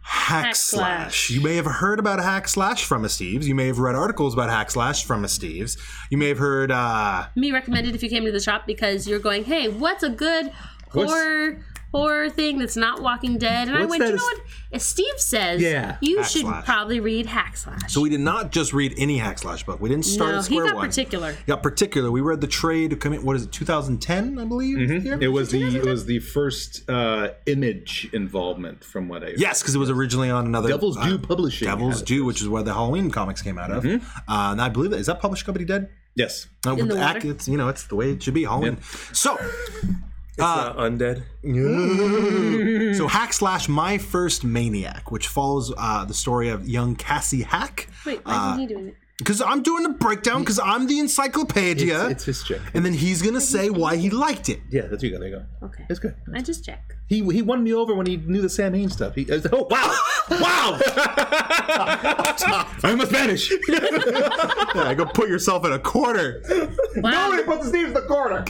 Hack Slash. Slash. You may have heard about Hack Slash from Steve's. You may have read articles about Hack Slash from Steve's. You may have heard. Uh, Me recommended if you came to the shop because you're going, hey, what's a good horror horror thing that's not Walking Dead? And I What's went, that you know is- what? If Steve says, Yeah. you Hack should Slash. probably read Hack Slash. so we did not just read any Hack Slash book. We didn't start at no, he square got one. particular. Got particular. We read the trade. Commit. What is it? 2010, I believe. here? Mm-hmm. It was the it was the first uh, image involvement from what I Yes, because it was originally on another Devil's uh, Due Publishing. Devil's had it. Mm-hmm. Due, which is where the Halloween comics came out of. Uh, and I believe that is that published company dead. Yes. No, with the the act, water? it's you know it's the way it should be. Halloween. So, It's not undead. Hmm. so hack slash my first maniac, which follows uh, the story of young Cassie Hack. Wait, why Ah. isn't he doing it? Because I'm doing the breakdown because I'm the encyclopedia. It's his check. and then he's gonna say why he liked it. Yeah, that's you go. There you go. Okay. It's good. I just checked. He he won me over when he knew the Sam Hain stuff. He, oh wow, wow! I'm a Spanish. Yeah, go put yourself in a corner. Wow. puts his name in the corner.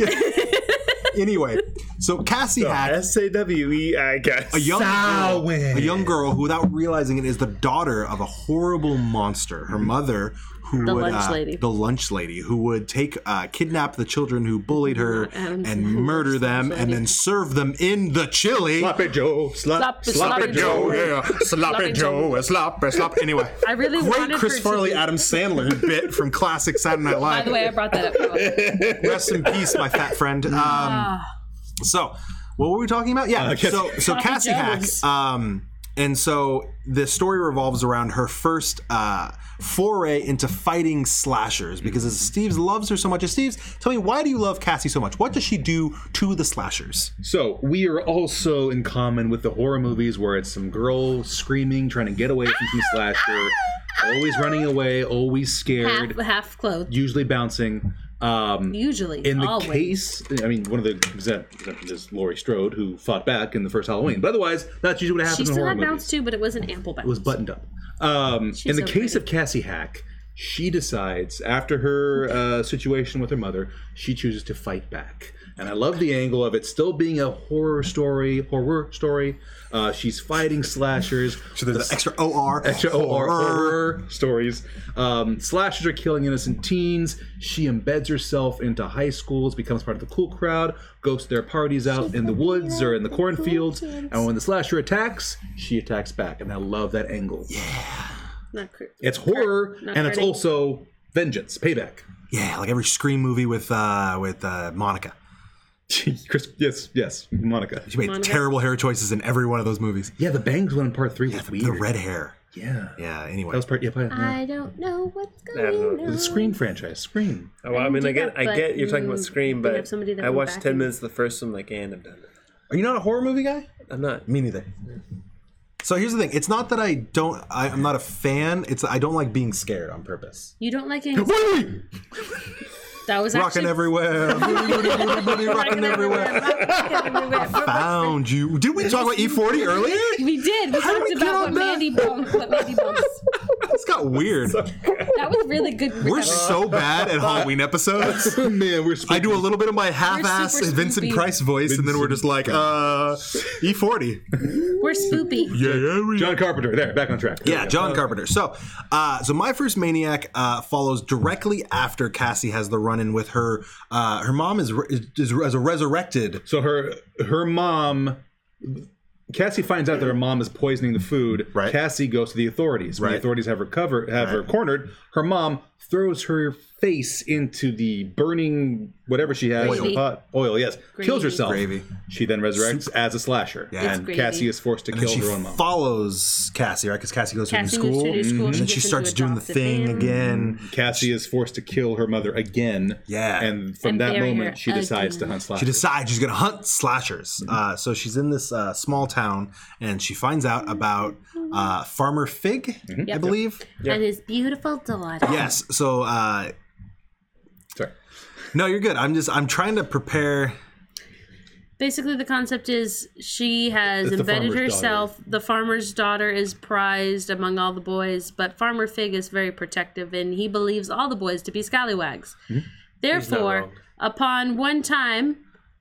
Anyway, so Cassie Hack. S A W E, I guess. a young girl, Samhain. a young girl who, without realizing it, is the daughter of a horrible monster. Her mother, who The would lunch uh, lady. the lunch lady, who would take uh, kidnap the children who bullied her Adam's and murder them, and then serve them in the chili. Sloppy Joe, slop, Sloppy- sloppy sloppy Joe. Joe. yeah, sloppy Joe, sloppy, sloppy. Anyway, I really great wanted Chris her Farley, to be- Adam Sandler bit from classic Saturday Night Live. By the way, I brought that up. Rest in peace, my fat friend. Um, so, what were we talking about? Uh, Yeah. so, so Cassie Jones. Hack. Um, and so the story revolves around her first uh, foray into fighting slashers because as Steve's loves her so much. As Steve's, tell me why do you love Cassie so much? What does she do to the slashers? So we are also in common with the horror movies where it's some girl screaming, trying to get away from some slasher, always running away, always half, scared, half clothed, usually bouncing. Um, usually. in the always. case, I mean, one of the exceptions is Laurie Strode, who fought back in the first Halloween. But otherwise, that's usually what She happens in still horror had movies. bounce too, but it was an ample bounce. was buttoned up. Um, in so the case pretty. of Cassie Hack, she decides after her uh, situation with her mother, she chooses to fight back. And I love the angle of it still being a horror story. Horror story. Uh, she's fighting slashers. So there's the extra OR, Extra horror, horror stories. Um, slashers are killing innocent teens. She embeds herself into high schools, becomes part of the cool crowd, goes to their parties out in the woods or in the cornfields. And when the slasher attacks, she attacks back. And I love that angle. Not cr- It's horror, Not and it's hurting. also vengeance, payback. Yeah, like every scream movie with uh, with uh, Monica. Chris, yes, yes, Monica. She made terrible hair choices in every one of those movies. Yeah, the bangs one in part three was weird. The red hair. yeah, that Yeah. Anyway. was part. Yeah, part, yeah. I don't know what's I don't know. going the on. Scream franchise, Scream. Oh, well, I mean, I get, I but get you're talking about you- Scream, you have but somebody that I went watched back 10 and- minutes of the first one, like, and I'm done. Are you not a horror movie guy? I'm not. Me neither. So here's the thing. It's not that I don't. I, I'm not a fan. It's that I don't like being scared on purpose. You don't like anxiety. That was Rocking actually everywhere, rocking everywhere. Found you. Did we talk about E40 earlier? We did. We How do talked we get about on that? what Mandy bumps. What Mandy bumps. It's got got weird. That was really good. We're so bad at Halloween episodes. Man, we're I do a little bit of my half-ass super Vincent spoopy. Price voice, and then we're just like, uh, E40. We're spoopy. Yeah, yeah, we John Carpenter. Oh. There, back on track. There Yeah, we go. John Carpenter. So, uh, so my first maniac uh, follows directly after Cassie has the run-in with her. Uh, her mom is, re- is is a resurrected. So her her mom Cassie finds out that her mom is poisoning the food. Right. Cassie goes to the authorities. When Right. the authorities have her cover have her cornered, her mom throws her face into the burning whatever she has Gravy. in the pot. Oil, yes. Kills herself. Gravy. She then resurrects as a slasher. It's And gravy. Cassie is forced to And then kill she her own mom. follows Cassie, right? Because Cassie goes Cassie to a new moves school, to a new school. and She then she gets starts into doing the adoptive thing family. again. Cassie is forced to kill her mother again. Yeah. And from And that bury her moment she decides to hunt slashers. She decides she's going to hunt slashers. Mm-hmm. Uh, so she's in this uh, small town, and she finds out about uh, Farmer Fig, I Mm-hmm. Yep. believe. And his beautiful daughter. Yes. So uh, Sorry. no, you're good. I'm just I'm trying to prepare. Basically, the concept is she has It's the embedded farmer's herself. The farmer's daughter is prized among all the boys, but Farmer Fig is very protective and he believes all the boys to be scallywags. Hmm? Therefore, wrong. upon one time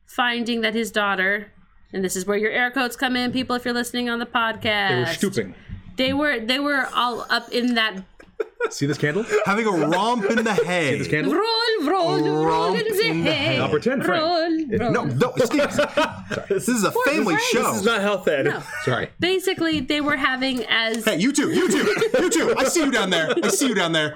finding that his daughter, and this is where your air codes come in, people, if you're listening on the podcast, They were stooping. They were they were all up in that See this candle? having a romp in the hay. This candle? roll, roll, roll in the hay. Now pretend, Frank. Roll, roll. No, no, Steve. this is a family show. It's not health ed. Sorry. Basically, they were having as Hey, you too, you too, you too. I see you down there. I see you down there.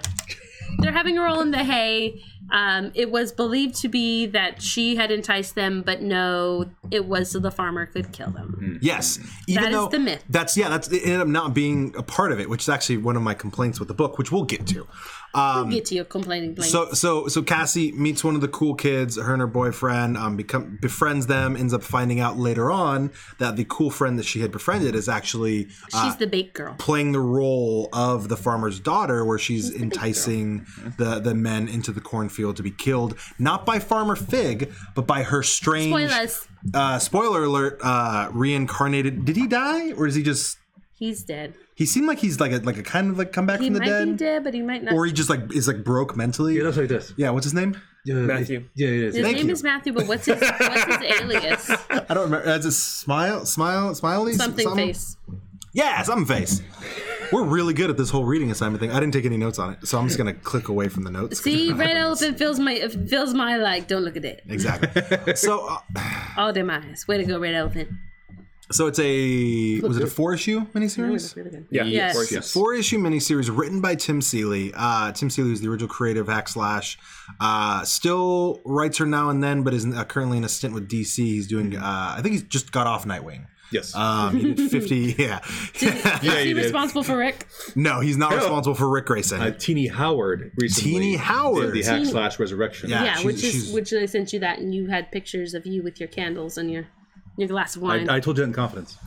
they're having a roll in the hay. Um, it was believed to be that she had enticed them, but no, it was so the farmer could kill them. Yes, even That is though the myth. that's yeah, that's it ended up not being a part of it, which is actually one of my complaints with the book, which we'll get to. Hmm. Um, Get to your complaining Blaine. So so so Cassie meets one of the cool kids, her and her boyfriend, um, become befriends them, ends up finding out later on that the cool friend that she had befriended is actually uh, She's the bait girl. playing the role of the farmer's daughter where she's enticing the, the men into the cornfield to be killed, not by Farmer Fig, but by her strange Spoilers. uh spoiler alert, uh reincarnated did he die? Or is he just He's dead. he seemed like he's like a like a kind of like come back He from the might dead. be dead, but he might not. Or he just like is like broke mentally. It looks like this. yeah, what's his name? Matthew. Yeah, it is. his Thank name you. is Matthew, but what's his what's his alias? I don't remember. That's a smile, smile, smiley, Something face. Yeah, something face. We're really good at this whole reading assignment thing. I didn't take any notes on it, so I'm just gonna click away from the notes. See, red elephant fills my fills my like. Don't look at it. Exactly. So, uh, All them eyes. Way to go, red elephant. so it's a was it a four issue miniseries? Yeah. Yes. Of course, yes. Four issue miniseries written by Tim Seeley. Uh, Tim Seeley is the original creative of Hack Slash. Uh, still writes her now and then, but is uh, currently in a stint with DC. He's doing. Mm-hmm. Uh, I think he's just got off Nightwing. Yes. Um, he did fifty. Yeah. yeah, Is you he did. responsible for Rick? No, he's not responsible for Rick Grayson. Uh, Teeny Howard recently. Teeny did Howard. The hack Teeny- slash resurrection. Yeah. Yeah, she's- which is she's- which I sent you that, and you had pictures of you with your candles and your your glass of wine. I, I told you that in confidence.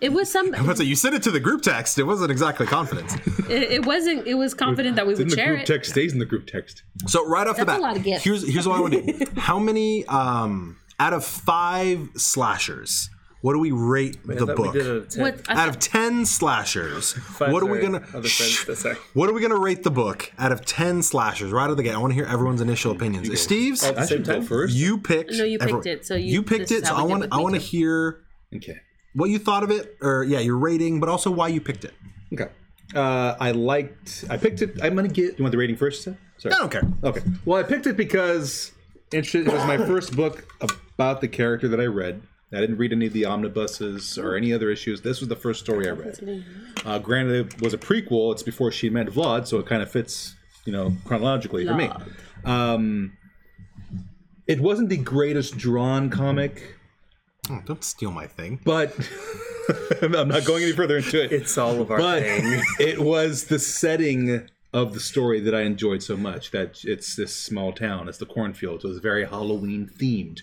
it was some. But so you sent it to the group text. It wasn't exactly confidence. It, it wasn't. It was confident that we It's in would the share group it. text. Stays in the group text. So right off the That's bat, a lot of gifts. here's here's what I want to do. How many um out of five slashers? What do we rate the That book? We did it at 10. What, I out of ten slashers, what are we our gonna? other friends that say. What are we gonna rate the book out of ten slashers? Right out of the gate, I want to hear everyone's initial opinions. Oh, Steve's, At the same time. first. you picked. No, you picked everyone- it, so you- you picked this it. is So how I we did want with I me want to too. hear Okay. what you thought of it, or yeah, your rating, but also why you picked it. Okay. Uh, I liked. I picked it. I'm gonna get. You want the rating first? Seth? Sorry. I don't care. Okay. Well, I picked it because inter- it was my first book about the character that I read. I didn't read any of the omnibuses or any other issues. This was the first story I read. Uh, granted, it was a prequel. It's before she met Vlad, so it kind of fits, you know, chronologically for me. Um, it wasn't the greatest drawn comic, Oh, don't steal my thing. but I'm not going any further into it. It's all of our but thing. it was the setting of the story that I enjoyed so much. That it's this small town, it's the cornfield, so it's very Halloween themed.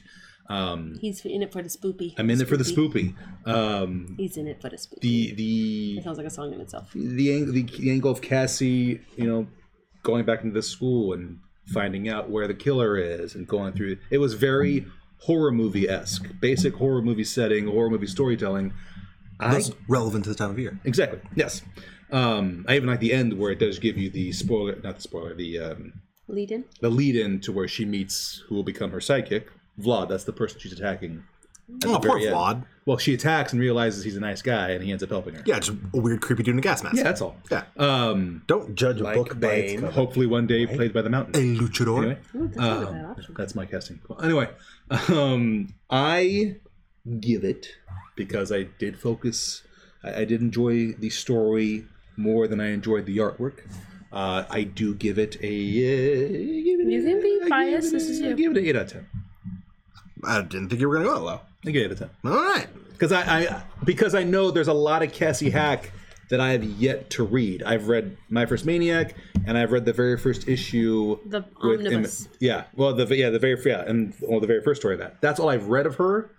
Um, He's in it for the spoopy. I'm in it for the spoopy. Um, He's in it for the spoopy. the the It sounds like a song in itself. the, ang- the the angle of Cassie, you know, going back into the school and finding out where the killer is and going through. It was very horror movie esque, basic horror movie setting, horror movie storytelling. I That's relevant to the time of year. Exactly. Yes. Um, I even like the end where it does give you the spoiler, not the spoiler, the um, Lead in. the lead in to where she meets who will become her sidekick, Vlad. That's the person she's attacking. at the Oh, poor very end. Vlad. Well, she attacks and realizes he's a nice guy, and he ends up helping her. Yeah, just a weird, creepy dude in a gas mask. Yeah, that's all. Yeah. Um, Don't judge a book by its Bane. cover. hopefully, one day played by the a mountain. luchador. Anyway, Ooh, that's not Um, a bad option. that's my casting. Well, anyway, um, I give it because I did focus. I, I did enjoy the story more than I enjoyed the artwork. Uh, I do give it a. Uh, give it You can be I give biased, it this is a- you. I give it an eight out of ten. I didn't think you were gonna go that low. I give it a ten. All right. because I, I because I know there's a lot of Cassie Hack that I have yet to read. I've read My First Maniac, and I've read the very first issue. The with Emmett- omnibus. yeah, well, the yeah, the very yeah, and well, the very first story of that. That's all I've read of her.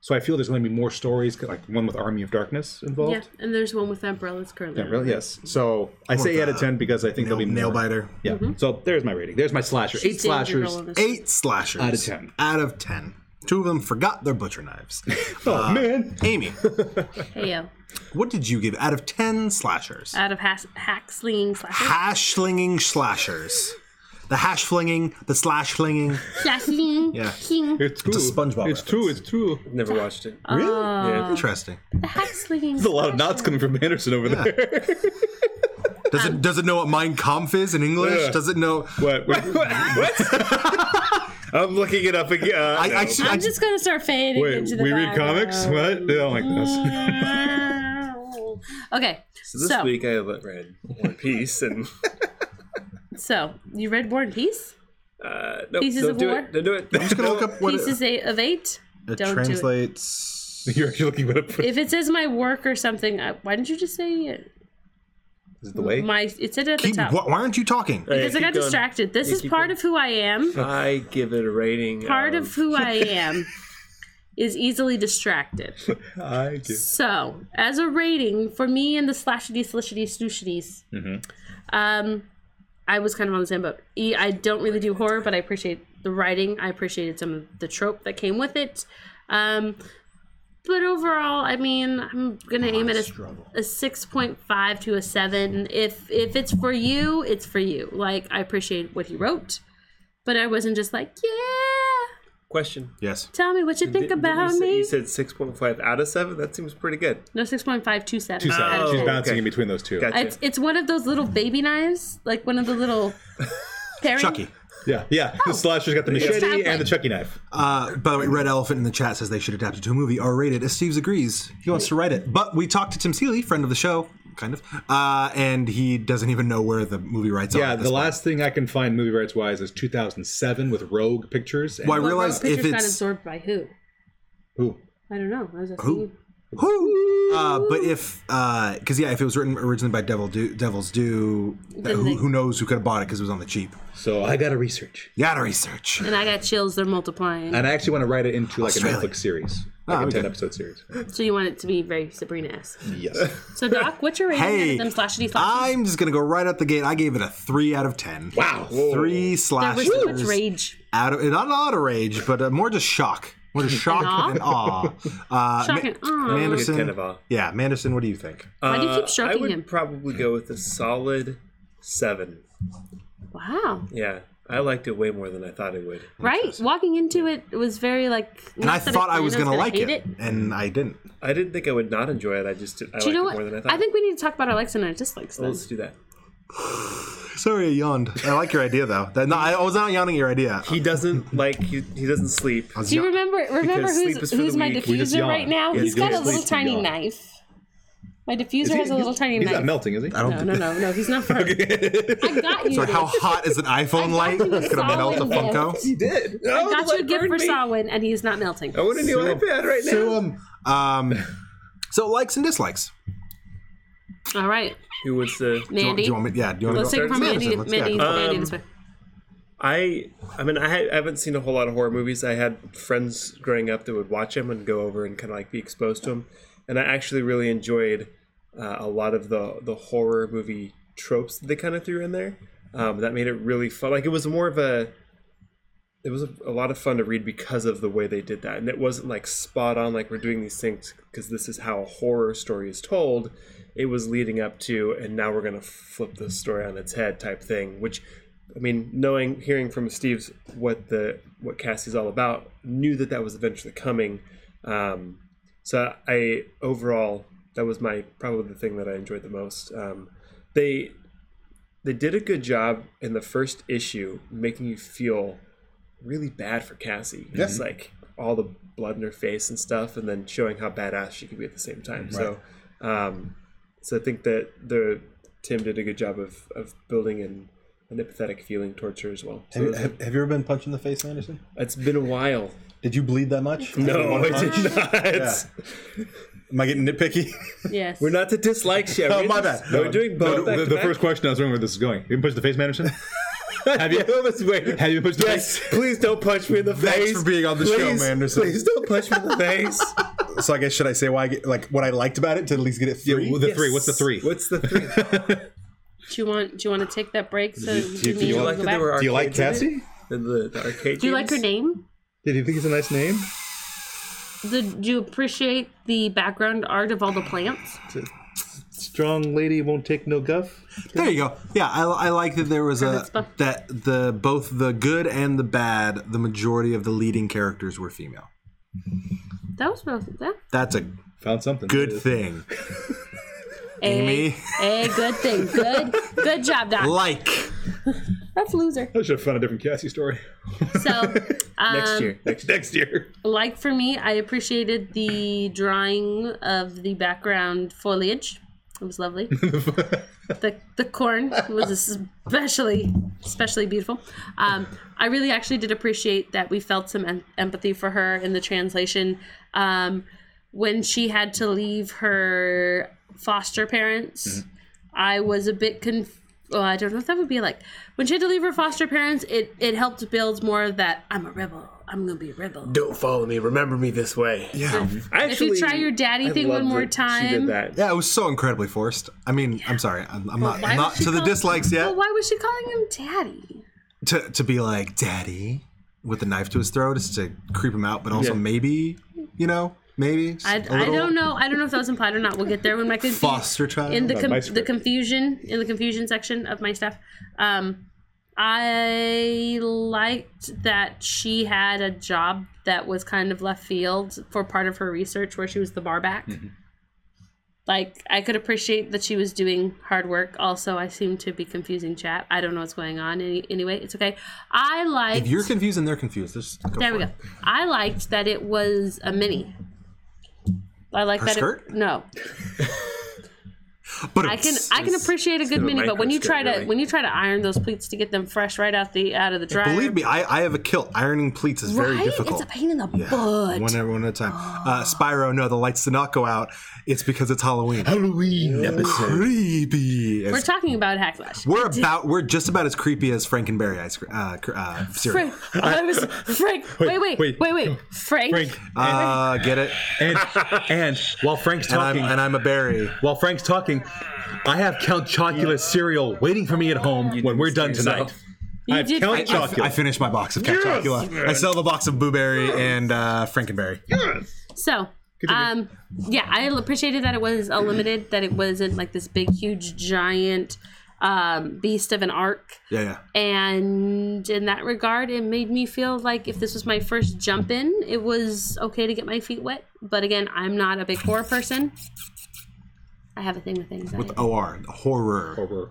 So I feel there's going to be more stories, like one with Army of Darkness involved. Yeah, and there's one with Umbrella that's currently. Yeah, really? Yes. So I say eight out of ten because I think Nail, there'll be nail more. biter. Yeah. Mm-hmm. So there's my rating. There's my slasher. Eight slashers. Eight slashers Out of 10. Out of ten. Two of them forgot their butcher knives. Oh man. Amy, Ayo. what did you give out of ten slashers? Out of has- hack slinging slasher. hash slinging slashers. The hash flinging, the slash flinging. Flashing. Yeah. King. It's true. a SpongeBob It's true. It's true. Never watched it. Really? Uh, Interesting. Hack slinging. There's a lot of knots coming from Anderson over there. Does Um, it does it know what Mein Kampf is in English? Yeah. Does it know? What? What? I'm looking it up again. Uh, I, no. I, should, I I'm just gonna start fading Wait, into the we read comics? background. Mm. What? They don't like this. okay, So this so week I read One Piece and so you read War and Peace? uh, nope, Pieces don't of do War? it. Don't do it. I'm just gonna look up what Pieces eight of eight. it, don't do it. translates. You're actually looking it up. For, If it says my work or something, I, why didn't you just say it? is it the way? my? It said it at Keep, the top. why, why aren't you talking? because I keep got going. distracted. This is keep part of who I am. I give it a rating. um, Part of who I am is easily distracted. I do. So, as a rating for me and the slashity slishity snooshities, um, I was kind of on the same boat. E- I don't really do horror, but I appreciate the writing. I appreciated some of the trope that came with it. Um, but overall, I mean, I'm gonna aim at a, a six point five to a seven. If if it's for you, it's for you. Like I appreciate what he wrote, but I wasn't just like, yeah, question. Yes. tell me what you think Didn't about you say- me. You said six point five out of seven. That seems pretty good. no, six point five to seven. Seven. Oh, She's bouncing okay. in between those two. Gotcha. It's it's one of those little baby knives, like one of the little paring. Chucky. Yeah, yeah. Oh. The slasher's got the machete sounds and the like- Chucky knife. Uh, by the way, Red Elephant in the chat says they should adapt it to a movie, R-rated. As Steve's agrees, he wants to write it. But we talked to Tim Seeley, friend of the show, kind of, uh, and he doesn't even know where the movie rights are. Yeah, at the this point. last thing I can find movie rights wise is 2007 with Rogue Pictures. And Well, I But realized Rogue if Pictures got it's absorbed by who? Ooh. I don't know. I was asking Who? you. who, uh, but if because yeah, if it was written originally by Devil Do, Devil's Do, uh, they- who, who knows who could have bought it because it was on the cheap. So I got to research. You gotta research. And I got chills. They're multiplying. And I actually want to write it into like Australia. a Netflix series, Ah, like a okay. 10 episode series. So you want it to be very Sabrina-esque. Yes. So Doc, what's your rating Hey, out of them slashity slashes? I'm just gonna go right out the gate. I gave it a three out of ten. Wow. three There was so much slashers. rage. out of not a lot of rage, but uh, more just shock, more just shock awe? and awe. Uh, Shock and awe. Manderson, Kind of awe. yeah, Manderson. What do you think? Why do you Uh, keep I stroking would him? probably go with a solid seven. Wow. Yeah, I liked it way more than I thought it would. Right? Walking into it, it was very like. and I thought I was gonna, like it, and I didn't. I didn't think I would not enjoy it. I just did, I Do liked you know it what? more than I thought. I think we need to talk about our likes and our dislikes. Then. let's do that. Sorry, I yawned. I like your idea though. That- no, I I was not yawning at your idea. He doesn't like he, he doesn't sleep. Do you remember remember Because sleep is who's for the who's my weak. We just diffuser yawn. right now? Yeah, he's you got a just little sleep and tiny yawn. knife. My diffuser has a little tiny He's knife. not melting, is he? I don't No, no, no, no. He's not for I got you. Sorry, how hot is an iPhone light? you a It's gonna melt a solid Funko. He did. I got you a gift for Sawin, and he's not melting. I want a new iPad right now. Sue him. Um, so likes and dislikes. All right, Who wants to? Do you, want- do Mandy. you want me? Yeah. Do you want Let's to take it go? from Mandy. Manderson, let's- yeah, Mandy, Uh, go. Mandy this way. I I mean I, ha- I haven't seen a whole lot of horror movies. I had friends growing up that would watch them and go over and kind of like be exposed to them, and I actually really enjoyed uh, a lot of the the horror movie tropes that they kind of threw in there. Um, that made it really fun. Like it was more of a it was a, a lot of fun to read because of the way they did that, and it wasn't like spot on like we're doing these things because this is how a horror story is told. It was leading up to, and now we're gonna flip the story on its head type thing. Which, I mean, knowing hearing from Steve's what the what Cassie's all about, knew that that was eventually coming. Um, so I overall that was my probably the thing that I enjoyed the most. Um, they they did a good job in the first issue making you feel really bad for Cassie. Just like all the blood in her face and stuff, and then showing how badass she could be at the same time. So, um, so I think that the Tim did a good job of, of building an, an empathetic feeling towards her as well. So Have you, those- have, have you ever been punched in the face, Anderson? it's been a while. Did you bleed that much? No, I did not. Am I getting nitpicky? Yes. We're not to dislike shit. Oh, We're my just- bad. We're doing both. the, back to the back. first question I was wondering where this is going. You been punched in the face, Manderson? have you? Wait. Have you been punched in the Yes, face? please don't punch me in the face. Thanks for being on the show, Please, Manderson. Please don't punch me in the face. so I guess should I say why? I get, like what I liked about it to at least get it Yeah, free. well, the three. What's the three? What's the three? do you want do you want to take that break so you, do me you to like go back? Do you like arcades in Cassie? it? The, the, the arcade do you like her games? name? Did you think it's a nice name? Did do you appreciate the background art of all the plants? Strong lady won't take no guff. There you go. Yeah, I, I like that there was a that's fun. that the both the good and the bad. The majority of the leading characters were female. That was real. That That's a Found something. good thing. a, a good thing. Good good job, Doc. Like That's loser. I should have found a different Cassie story. So, Next year. Next Next year. like for me, I appreciated the drawing of the background foliage. It was lovely. the the corn was especially especially beautiful. Um, I really actually did appreciate that we felt some em- empathy for her in the translation. Um, when she had to leave her foster parents, I was a bit conf Well, I don't know if that would be like when she had to leave her foster parents. It it helped build more of that. I'm a rebel. I'm gonna be a rebel. Don't follow me. Remember me this way. Yeah. If you try your daddy thing one more She did time- that. yeah, it was so incredibly forced. I mean, I'm sorry, I'm, I'm not why I'm not would she to the call- dislikes yet. Well, why was she calling him daddy? to to be like daddy with a knife to his throat is to creep him out, but also Yeah. maybe you know maybe I, a I little don't know. I don't know if that was implied or not. We'll get there when my confu- foster child. in the my- com- my the script. confusion in the confusion section of my stuff. Um, I liked that she had a job that was kind of left field for part of her research, where she was the bar back. Mm-hmm. Like I could appreciate that she was doing hard work. Also, I seem to be confusing chat. I don't know what's going on. Any, anyway, it's okay. I like. if you're confused and they're confused, just go There for we go. it. I liked that it was a mini. I like that. skirt? It, no, But I can I can appreciate a good mini, but when you try to microskirt, really. when you try to iron those pleats to get them fresh right out the out of the dryer, believe me, I, I have a kilt. Ironing pleats is very right? difficult. It's a pain in the butt. One at one at a time. Uh, Spyro, no, the lights did not go out. It's because it's Halloween. Halloween episode. Creepy. We're As- talking about Hacklash. We're, about. We're just about as creepy as Frankenberry ice cream. Uh, cr- uh, cereal. Frank, I was Frank. Wait, wait, wait, wait. wait, Frank. Frank. Uh, get it? And, and while Frank's And I'm, talking, and I'm a berry. while Frank's talking, I have Count Chocula cereal waiting for me at home when we're done tonight. I have did Count say yourself. Chocula. I finished my box of Count Chocula. I sell the box of Blueberry and uh, Frankenberry. So, um, yeah, I appreciated that it was a limited, that it wasn't like this big, huge, giant um, beast of an arc. Yeah, yeah. and in that regard it made me feel like if this was my first jump in it was okay to get my feet wet but again i'm not a big horror person i have a thing with anxiety OR, horror. horror,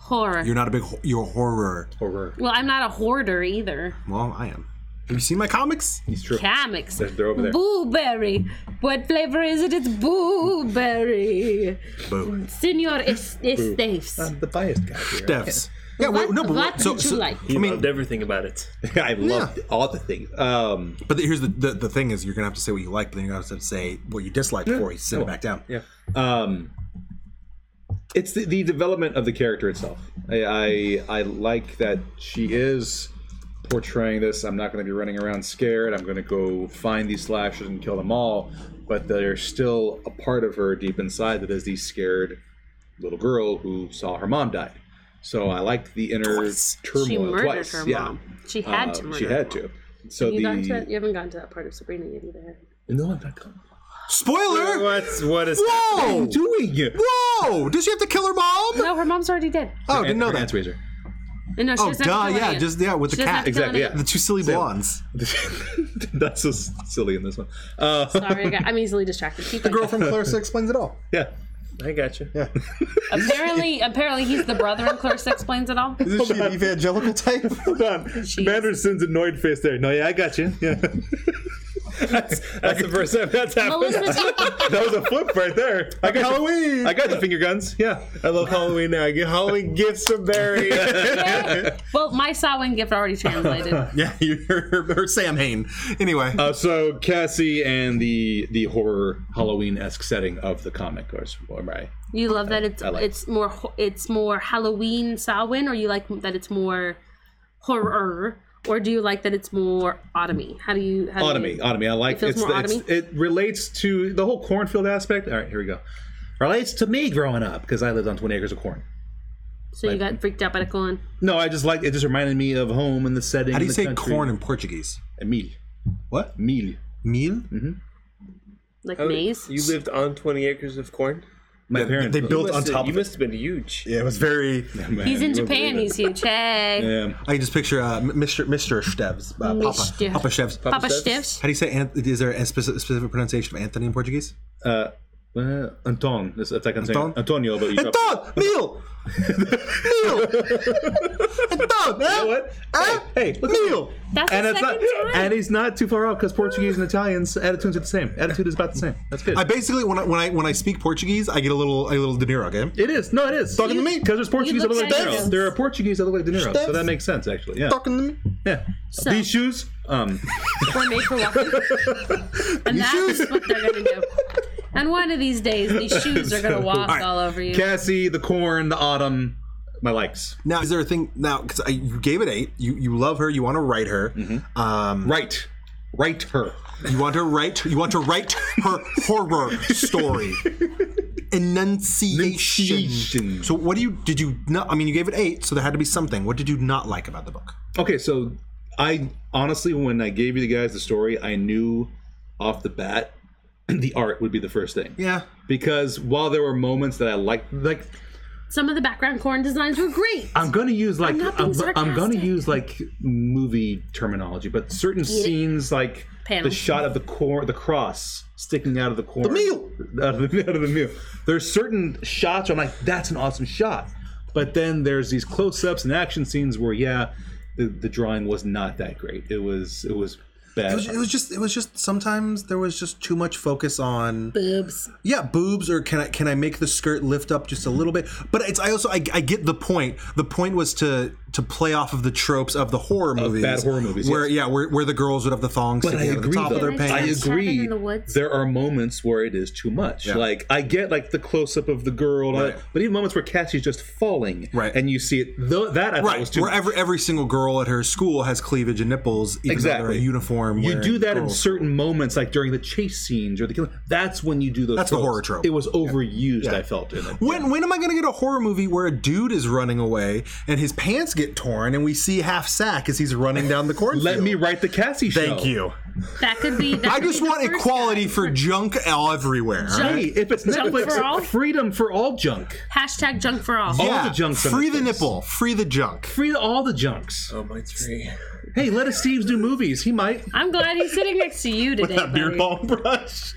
horror You're not a big, ho- you're a horror. horror. well i'm not a hoarder either Well, I am. Have you seen my comics? He's true. comics They're over there. blueberry what flavor is it it's blueberry Boo. senor es- estaves the biased guy here. Devs. Yeah, well, What- no, but what so, did you so- like? He loved everything about it. I loved all the things. Um, But the- here's the, the the thing is you're gonna have to say what you like, but then you're gonna have to say what you dislike before you sit it back down. yeah. Um, it's the, the development of the character itself. I, I I like that she is portraying this. I'm not going to be running around scared. I'm going to go find these slashers and kill them all. But there's still a part of her deep inside that is the scared little girl who saw her mom die. So I liked the inner turmoil. She murdered twice. her yeah. mom. She had to Uh, murder She her had mom. to. So You, got the to that, you haven't gotten to that part of Sabrina yet either. No, I'm not coming. Spoiler! What's what is? Whoa! doing. Oh, Whoa! Does she have to kill her mom? No, her mom's already dead. Oh, didn't know that. That's razor. And no, she Oh, duh, doesn't have to kill yeah, anyone. just, yeah, with She the doesn't have cat. to kill Exactly, anyone. The two silly blondes. That's so s- silly in this one. Uh, Sorry, I got- I'm easily distracted. Keep The girl from Clarissa explains it all. yeah. I got you. apparently, apparently he's the brother in Clarissa Explains It All. Is she an evangelical type? Hold on. Manderson's annoyed face there. No, yeah, I got you. Yeah. That's the first time that's happened. Melissa, that was a flip right there. I got Halloween! The, I got the finger guns. Yeah. I love Halloween now. I get Halloween gifts from Barry. well, my Samhain gift already translated. Yeah, you're, or Sam Hain. Anyway, Uh, so Cassie and the the horror Halloween esque setting of the comic, or s- am I? You love that it's like it's more ho- it's more Halloween Samhain, or you like that it's more horror, or do you like that it's more autumny? How do you? How Do Automy, you, automy. I like feels it's, more the, it's autumny? it relates to the whole cornfield aspect. All right, here we go. Relates to me growing up because I lived on twenty acres of corn. so you got freaked out by the corn. No, I just like it. Just reminded me of home and the setting. how do you and the say country. corn in Portuguese? Mil. What? Mil. Meal? Like maize. Oh, You lived on 20 acres of corn. My parents. They built on Must- top you of it. must have been huge. Yeah, it was very. he's in Japan. He's huge. Hey, Yeah. I can just picture uh, M- Mr. Mr. Stevs, uh, Mr.. Papa, Papa Stevs. Papa Stiff. How do you say? An- is there a specific, specific pronunciation of Anthony in Portuguese? Uh, uh, Anton. That's that's like I'm saying. Anton? Antonio, but you dropped- Anton, meal, meal, Anton. eh? Eh? What? Hey, hey, look at meal. That's and the it's not, second time. and he's not too far off because Portuguese and Italians attitudes are the same. Attitude is about the same. That's good. I basically when I, when I when I speak Portuguese, I get a little a little De Niro. Okay, it is. No, it is. Talking to me. because there's Portuguese that look look like De like Niro. Steph. There are Portuguese that look like De Niro, so Steph. that makes sense actually. Yeah. talking to me. yeah. So- These shoes. Um. were made for walking. And that's what they're gonna do. And one of these days, these shoes are gonna walk Alright. all over you. Cassie, the corn, the autumn. My likes. Now, is there a thing now? Because you gave it eight. You you love her. You want to write her. Um, Right. Right. Her. you want to write. You want to write her horror story. Enunciation. Enunciation. So, what do you did you not? I mean, you gave it eight, so there had to be something. What did you not like about the book? Okay, so I honestly, when I gave you the guys the story, I knew off the bat the art would be the first thing. Yeah, Because while there were moments that I liked, like Some of the background corn designs were great. I'm gonna use like not I'm, being I'm gonna sarcastic. use like movie terminology, but certain scenes like Panel. the shot of the core, the cross sticking out of the corn, the meal! out of the, out of the meal. There's certain shots where I'm like, that's an awesome shot, but then there's these close-ups and action scenes where yeah, the, the drawing was not that great. It was it was bad. it was, it was just it was just sometimes there was just too much focus on Boobs. yeah boobs or can I can I make the skirt lift up just a little bit? But it's I also I, I get the point. The point was to to play off of the tropes of the horror movies, bad horror movies, where yes. yeah where, where the girls would have the thongs But I sticking out of the agree, top of though. their Can I pants. Cabin in agree. the woods. There are moments where it is too much. Like I get like the close up of the girl, and all that, but even moments where Cassie's just falling, Right. And you see it. Th- that I thought was Right, too. where much. every, every single girl at her school has cleavage and nipples, even though they're a Exactly. uniform. You wearing do that in girls. certain moments, like during the chase scenes or the killing. That's when you do those. That's the tropes. horror trope. It was overused. I felt in it. When when am I going to get a horror movie where a dude is running away and his pants get torn and we see half sack as he's running down the cornfield? Let me write the Cassie show. Thank you. That could be. That I could just be the want first equality guy. for junk all everywhere. all Junk. right? Hey, if it's Junk Netflix, for all? freedom for all junk. Hashtag junk for all. all the junk's on free the Netflix. nipple, free the junk. Free all the junks. Oh, mine's free. Hey, let us Steve's do movies. He might. I'm glad he's sitting next to you today. buddy. bomb brush.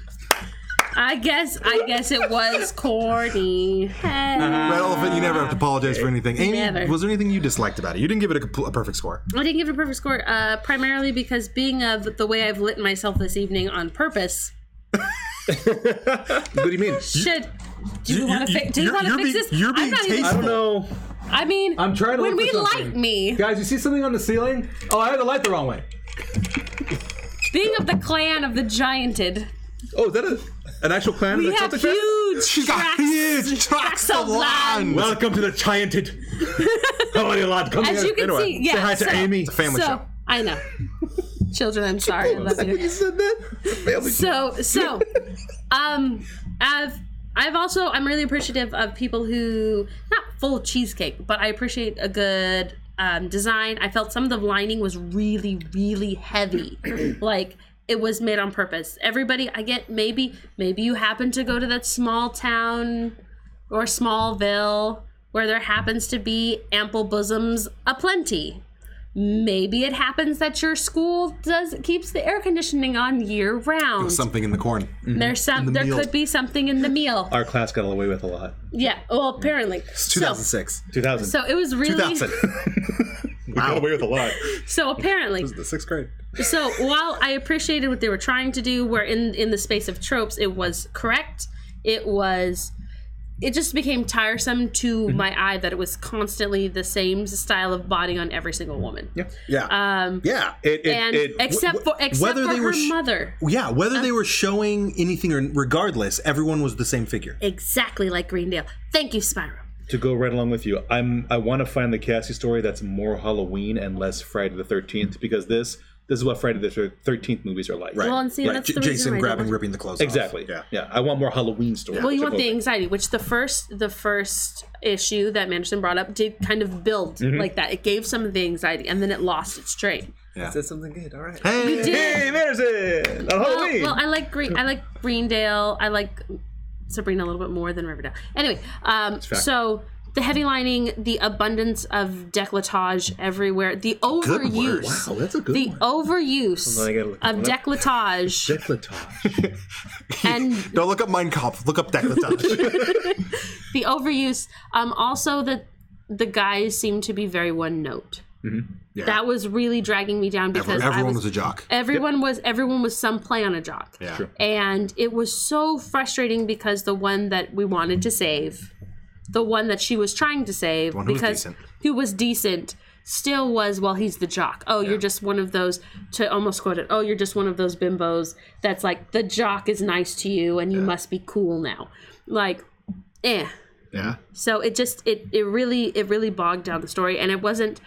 I guess. I guess it was corny. Hey. Red elephant, you never have to apologize for anything. Amy, Never. was there anything you disliked about it? You didn't give it a, compl- a perfect score. I didn't give it a perfect score, uh, primarily because being of the way I've lit myself this evening on purpose. What do you mean? Should do you, You- want to you- fix? Do you you're- want to you're fix being- this? you're I'm being not even, I don't know. I mean, I'm trying to when look we for light something. me, Guys, you see something on the ceiling? Oh, I had the light the wrong way. being of the clan of the gianted, Oh, is that a, an actual clan? we That's have something- huge She's got tracts, huge tracts of land. Welcome to the Gianted. How are you, lad? Come As here. you can Anyway, see, yeah. Say hi to so- Amy. family so, show. I know, children. I'm sorry. I love you. said that. So so um I've I've also I'm really appreciative of people who not full cheesecake, but I appreciate a good um, design. I felt some of the lining was really really heavy, like it was made on purpose. Everybody, I get maybe maybe you happen to go to that small town or small ville where there happens to be ample bosoms aplenty. Maybe it happens that your school does keeps the air conditioning on year round. Something in the corn. There's some. there meal. could be something in the meal. Our class got away with a lot. Yeah. Well, apparently. So, 2006. 2000. so it was really. 2000. we got away with a lot. So apparently. the sixth grade. so while I appreciated what they were trying to do, where in in the space of tropes, it was correct. It was. It just became tiresome to Mm-hmm. my eye that it was constantly the same style of body on every single woman. Yeah. Yeah. Um, yeah. It, it, and it- except wh- for except whether for they her were sh- mother. Uh, Yeah, whether they were showing anything or regardless, everyone was the same figure. Exactly like Greendale. Thank you, Spyro. to go right along with you, I'm I want to find the Cassie story that's more Halloween and less Friday the Thirteenth because this this is what Friday the Thirteenth movies are like. Well, and see, Like that's J- the reason Jason I don't grabbing, watch- ripping the clothes Exactly. off. Yeah. Yeah. I want more Halloween stories. Well, you which want I'm the hoping- anxiety, which the first the first issue that Manderson brought up did kind of build Mm-hmm. like that. It gave some of the anxiety, and then it lost its train. Said something good. All right. Hey, Did- Hey, Madison on well, Halloween. well, I like Green. I like Greendale. I like Sabrina a little bit more than Riverdale. Anyway, um, so the heavy lining, the abundance of decolletage everywhere, the overuse. Oh, Wow, that's a good The one. overuse I gotta look that of one up. decolletage Decolletage. and don't look up Mein Kampf. Look up decolletage. the overuse um also that the guys seem to be very one note that was really dragging me down because I Mm-hmm. everyone was a jock. everyone was everyone was some play on a jock Yeah. Sure. and it was so frustrating because the one that we wanted to save the one that she was trying to save one who was because decent. who was decent still was well he's the jock oh you're just one of those to almost quote it oh you're just one of those bimbos that's like the jock is nice to you and you must be cool now like eh Yeah. so it just it it really it really bogged down the story, and it wasn't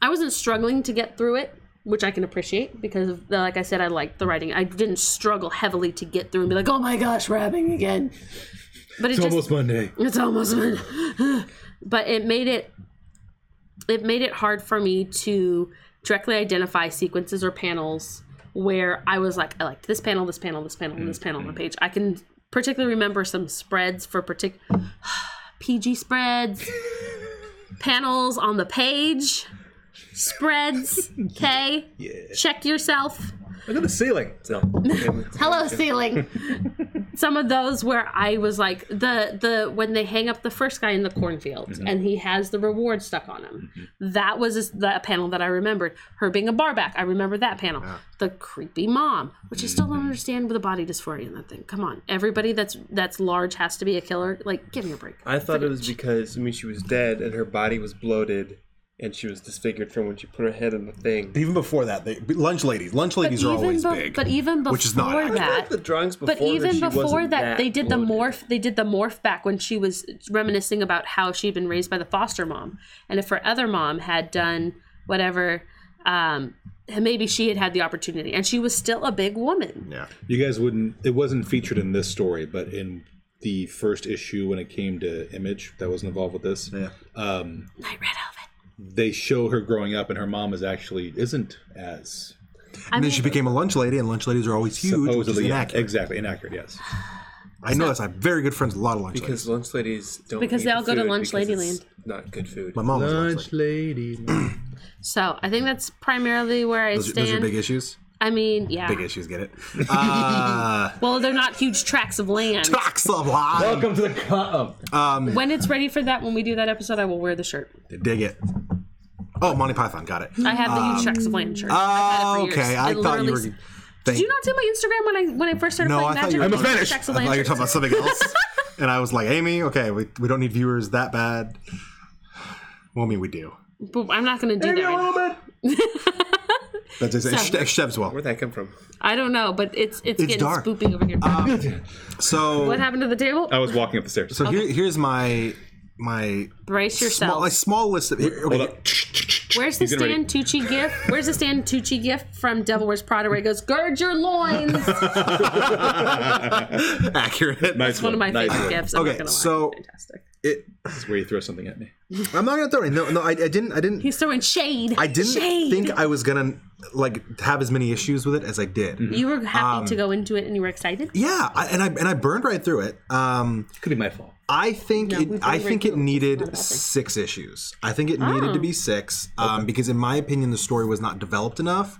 I wasn't struggling to get through it, which I can appreciate because of, like I said, I liked the writing. I didn't struggle heavily to get through and be like, oh my gosh, rapping again. But it just Almost Monday. it's almost but it made it it made it hard for me to directly identify sequences or panels where I was like, I liked this panel, this panel, this panel, and this panel on the page. I can particularly remember some spreads for particular PG spreads, panels on the page, spreads. Okay, check yourself. Look at the ceiling. No. Hello, ceiling. Some of those where I was like the the when they hang up the first guy in the cornfield Mm-hmm. and he has the reward stuck on him. That was a, that panel that I remembered. Her being a barback, I remember that panel. The creepy mom, which I still Mm-hmm. don't understand with a body dysphoria in that thing. Come on, everybody that's that's large has to be a killer. Like, give me a break. I thought it was because I mean she was dead and her body was bloated and she was disfigured from when she put her head in the thing. Even before that, they, lunch ladies. Lunch ladies are always be- big. but even before which is not accurate. that, The drawings before but even that she before wasn't that, they did the bloated. morph they did the morph back when she was reminiscing about how she'd been raised by the foster mom and if her other mom had done whatever um maybe she had had the opportunity and she was still a big woman You guys wouldn't. It wasn't featured in this story, but in the first issue when it came to Image that wasn't involved with this, night red velvet they show her growing up, and her mom is actually isn't as i and mean then she became a lunch lady, and lunch ladies are always huge, which is supposedly yeah, inaccurate. exactly inaccurate. Yes. I know this. I have very good friends with a lot of lunch ladies. because lunch ladies don't Because eat they the all go to food Lunch because Lady it's Not good food. My mom was a lunch lady. lady. so i think that's primarily where i Those, those are stand big issues. i mean yeah Big issues. Get it? Uh, well they're not huge tracts of land Box of lies. Welcome to the club. when it's ready for that when we do that episode i will wear the shirt Dig it. Oh, Monty Python. Got it. i have the huge tracts of land shirt Oh, I've had it for years. Um, okay. It I thought you were. literally Did you not see my Instagram when I when I first started No, I playing thought Magic? you were. I was I Jack thought you were talking about Solander's. something else. and I was like, Amy, okay, we, we don't need viewers that bad. Well, I mean, we do. But I'm not going to do that. Right now. That's just, it's, So- it's Chef's well. Where'd that come from? I don't know, but it's it's, getting dark. Um, spoopy over here. So, what happened to the table? I was walking up the stairs. so here, here's my my Brace yourself. small, my small list of. here- okay, Hold up. Where's the He's getting Stan Tucci gift? Where's the Stan Tucci gift from Devil Wears Prada where he goes, Gird your loins? It's Accurate. Nice one of my nice favorite one. gifts. I'm Okay, not gonna lie. so- fantastic. It, This is where you throw something at me. I'm not gonna throw it. No, no, I, I didn't. I didn't. He's throwing shade. I didn't shade. think I was gonna like have as many issues with it as I did. you were happy to go into it and you were excited. Yeah, um, I, and I and I burned right through it. Um, Could be my fault. I think it, we've I already think it reviewed needed six issues. I think it needed Oh. to be six um, because, in my opinion, the story was not developed enough.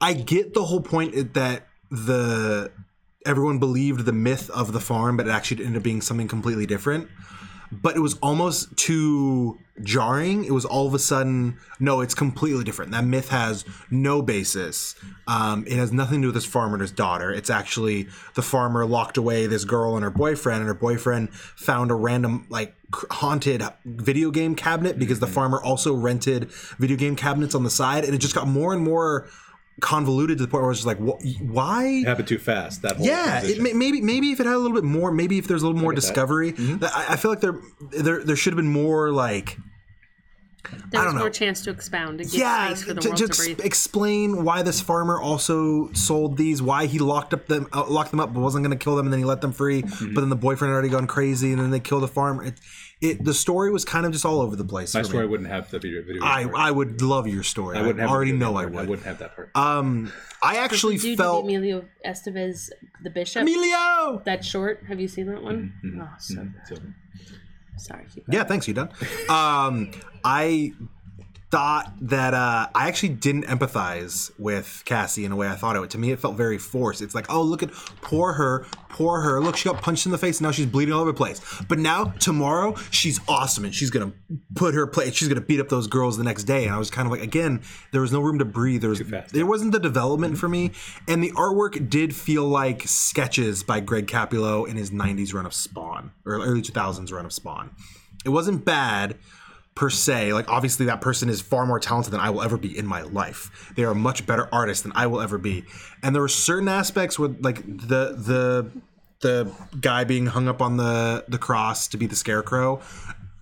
I get the whole point i- that the everyone believed the myth of the farm, but it actually ended up being something completely different. But it was almost too jarring. It was all of a sudden, no, it's completely different. That myth has no basis. Um, it has nothing to do with this farmer and his daughter. It's actually the farmer locked away this girl and her boyfriend, and her boyfriend found a random like cr- haunted video game cabinet because the farmer also rented video game cabinets on the side, and it just got more and more convoluted to the point where I was just like, wh- why? It happened too fast. That whole Yeah, it, transition. may- maybe maybe if it had a little bit more, maybe if there's a little more discovery, Mm-hmm. that- I, I feel like there there there should have been more like There was don't know. more chance to expound and give yeah, space for the to, world to to, ex- breathe. explain why this farmer also sold these, why he locked up them uh, locked them up, but wasn't going to kill them, and then he let them free. Mm-hmm. But then the boyfriend had already gone crazy, and then they killed the farmer. It, it the story was kind of just all over the place. my for me. story wouldn't have the video. video I, part. I would love your story. I, wouldn't have the already video know I part. I would. wouldn't have that part. Um, I actually Did you felt Emilio Estevez, the bishop? Emilio. that short. Have you seen that one? Mm-hmm. Oh, so So, sorry. keep Yeah, thanks, you done. Um, I thought that uh, I actually didn't empathize with Cassie in a way I thought it would. To me, it felt very forced. It's like, oh, look at poor her, poor her. Look, she got punched in the face, and now she's bleeding all over the place. But now tomorrow, she's awesome, and she's gonna put her play. She's gonna beat up those girls the next day. And I was kind of like, again, there was no room to breathe. There was fast. there wasn't the development for me, and the artwork did feel like sketches by Greg Capullo in his '90s run of Spawn or early 2000s run of Spawn. It wasn't bad per se. Like obviously that person is far more talented than I will ever be in my life. They are a much better artist than I will ever be. And there were certain aspects where like the the the guy being hung up on the the cross to be the scarecrow.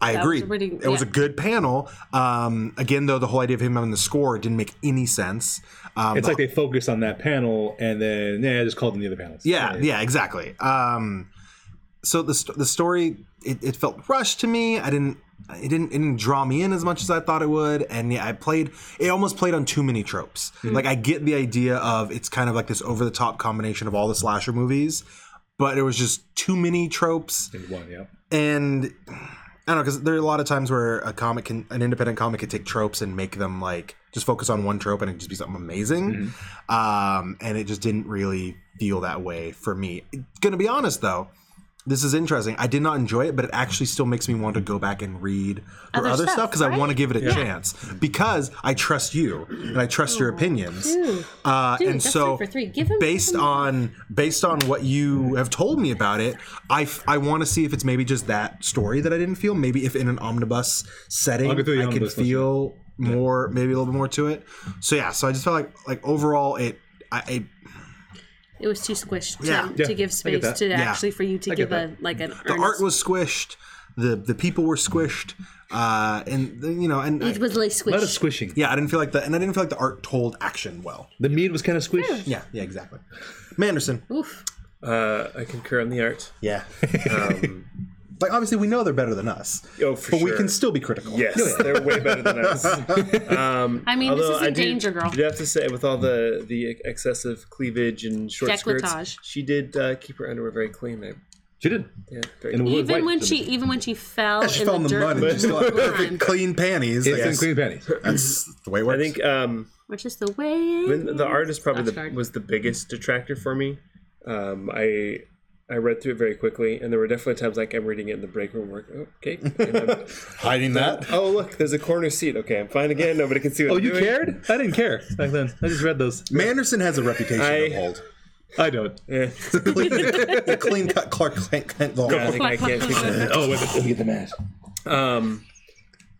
I was agree. pretty- it was a yeah. good panel. Um, again, though, the whole idea of him on the score didn't make any sense. Um, it's like they focus on that panel and then yeah, just call them the other panels. yeah, yeah, exactly. Um, so the st- the story it, it felt rushed to me. I didn't it didn't it didn't draw me in as much as I thought it would, and yeah, I played it almost played on too many tropes. Like I get the idea of it's kind of like this over the top combination of all the slasher movies, but it was just too many tropes One, yeah. and I don't know because there are a lot of times where a comic can, an independent comic can take tropes and make them like just focus on one trope and it just be something amazing. Um, and it just didn't really feel that way for me. Gonna be honest though, this is interesting. I did not enjoy it, but it actually still makes me want to go back and read their Other other, stuff, stuff because I right? want to give it a chance because I trust you and I trust your opinions. Dude, Uh, Dude, and that's so three for three. Give him based some- on based on what you have told me about it i f- I want to see if it's maybe just that story that i didn't feel maybe if in an omnibus setting I'll i go through the can omnibus, let's feel more maybe a little bit more to it so yeah so i just felt like like overall it i, I It was too squished to, Yeah. to give space that. to actually for you to give a like an the art was squished the the people were squished uh and you know and it was like squished. A lot of squishing. yeah i didn't feel like the and i didn't feel like the art told action well The mead was kind of squished. yeah yeah exactly manderson Oof. Uh, I concur on the art. yeah Um, like obviously we know they're better than us Oh, for but sure. we can still be critical Yes, they're way better than us. I mean, Although this isn't I did- Danger Girl. Did have to say, with all the the excessive cleavage and short skirts, Décolletage. she did uh, keep her underwear very clean there. She did. Yeah, very And it was Even white. when she even when she fell, she in fell in the the dirt mud and she still had line, perfect clean panties. I It's in guess. clean panties. That's the way it works. I think um, which is the way. Then the art is probably the, Asgard. was the biggest detractor for me. Um, I I read through it very quickly, and there were definitely times like I'm reading it in the break room, like oh, okay, and then, hiding that. oh look, there's a corner seat. Okay, I'm fine again. Nobody can see what Oh, I'm you doing. cared? I didn't care back then. I just read those. Manderson has a reputation to I- hold. I don't. The clean cut Clark Kent, Kent law. I think I can't keep it. Oh, wait, Let me get the mask. Um,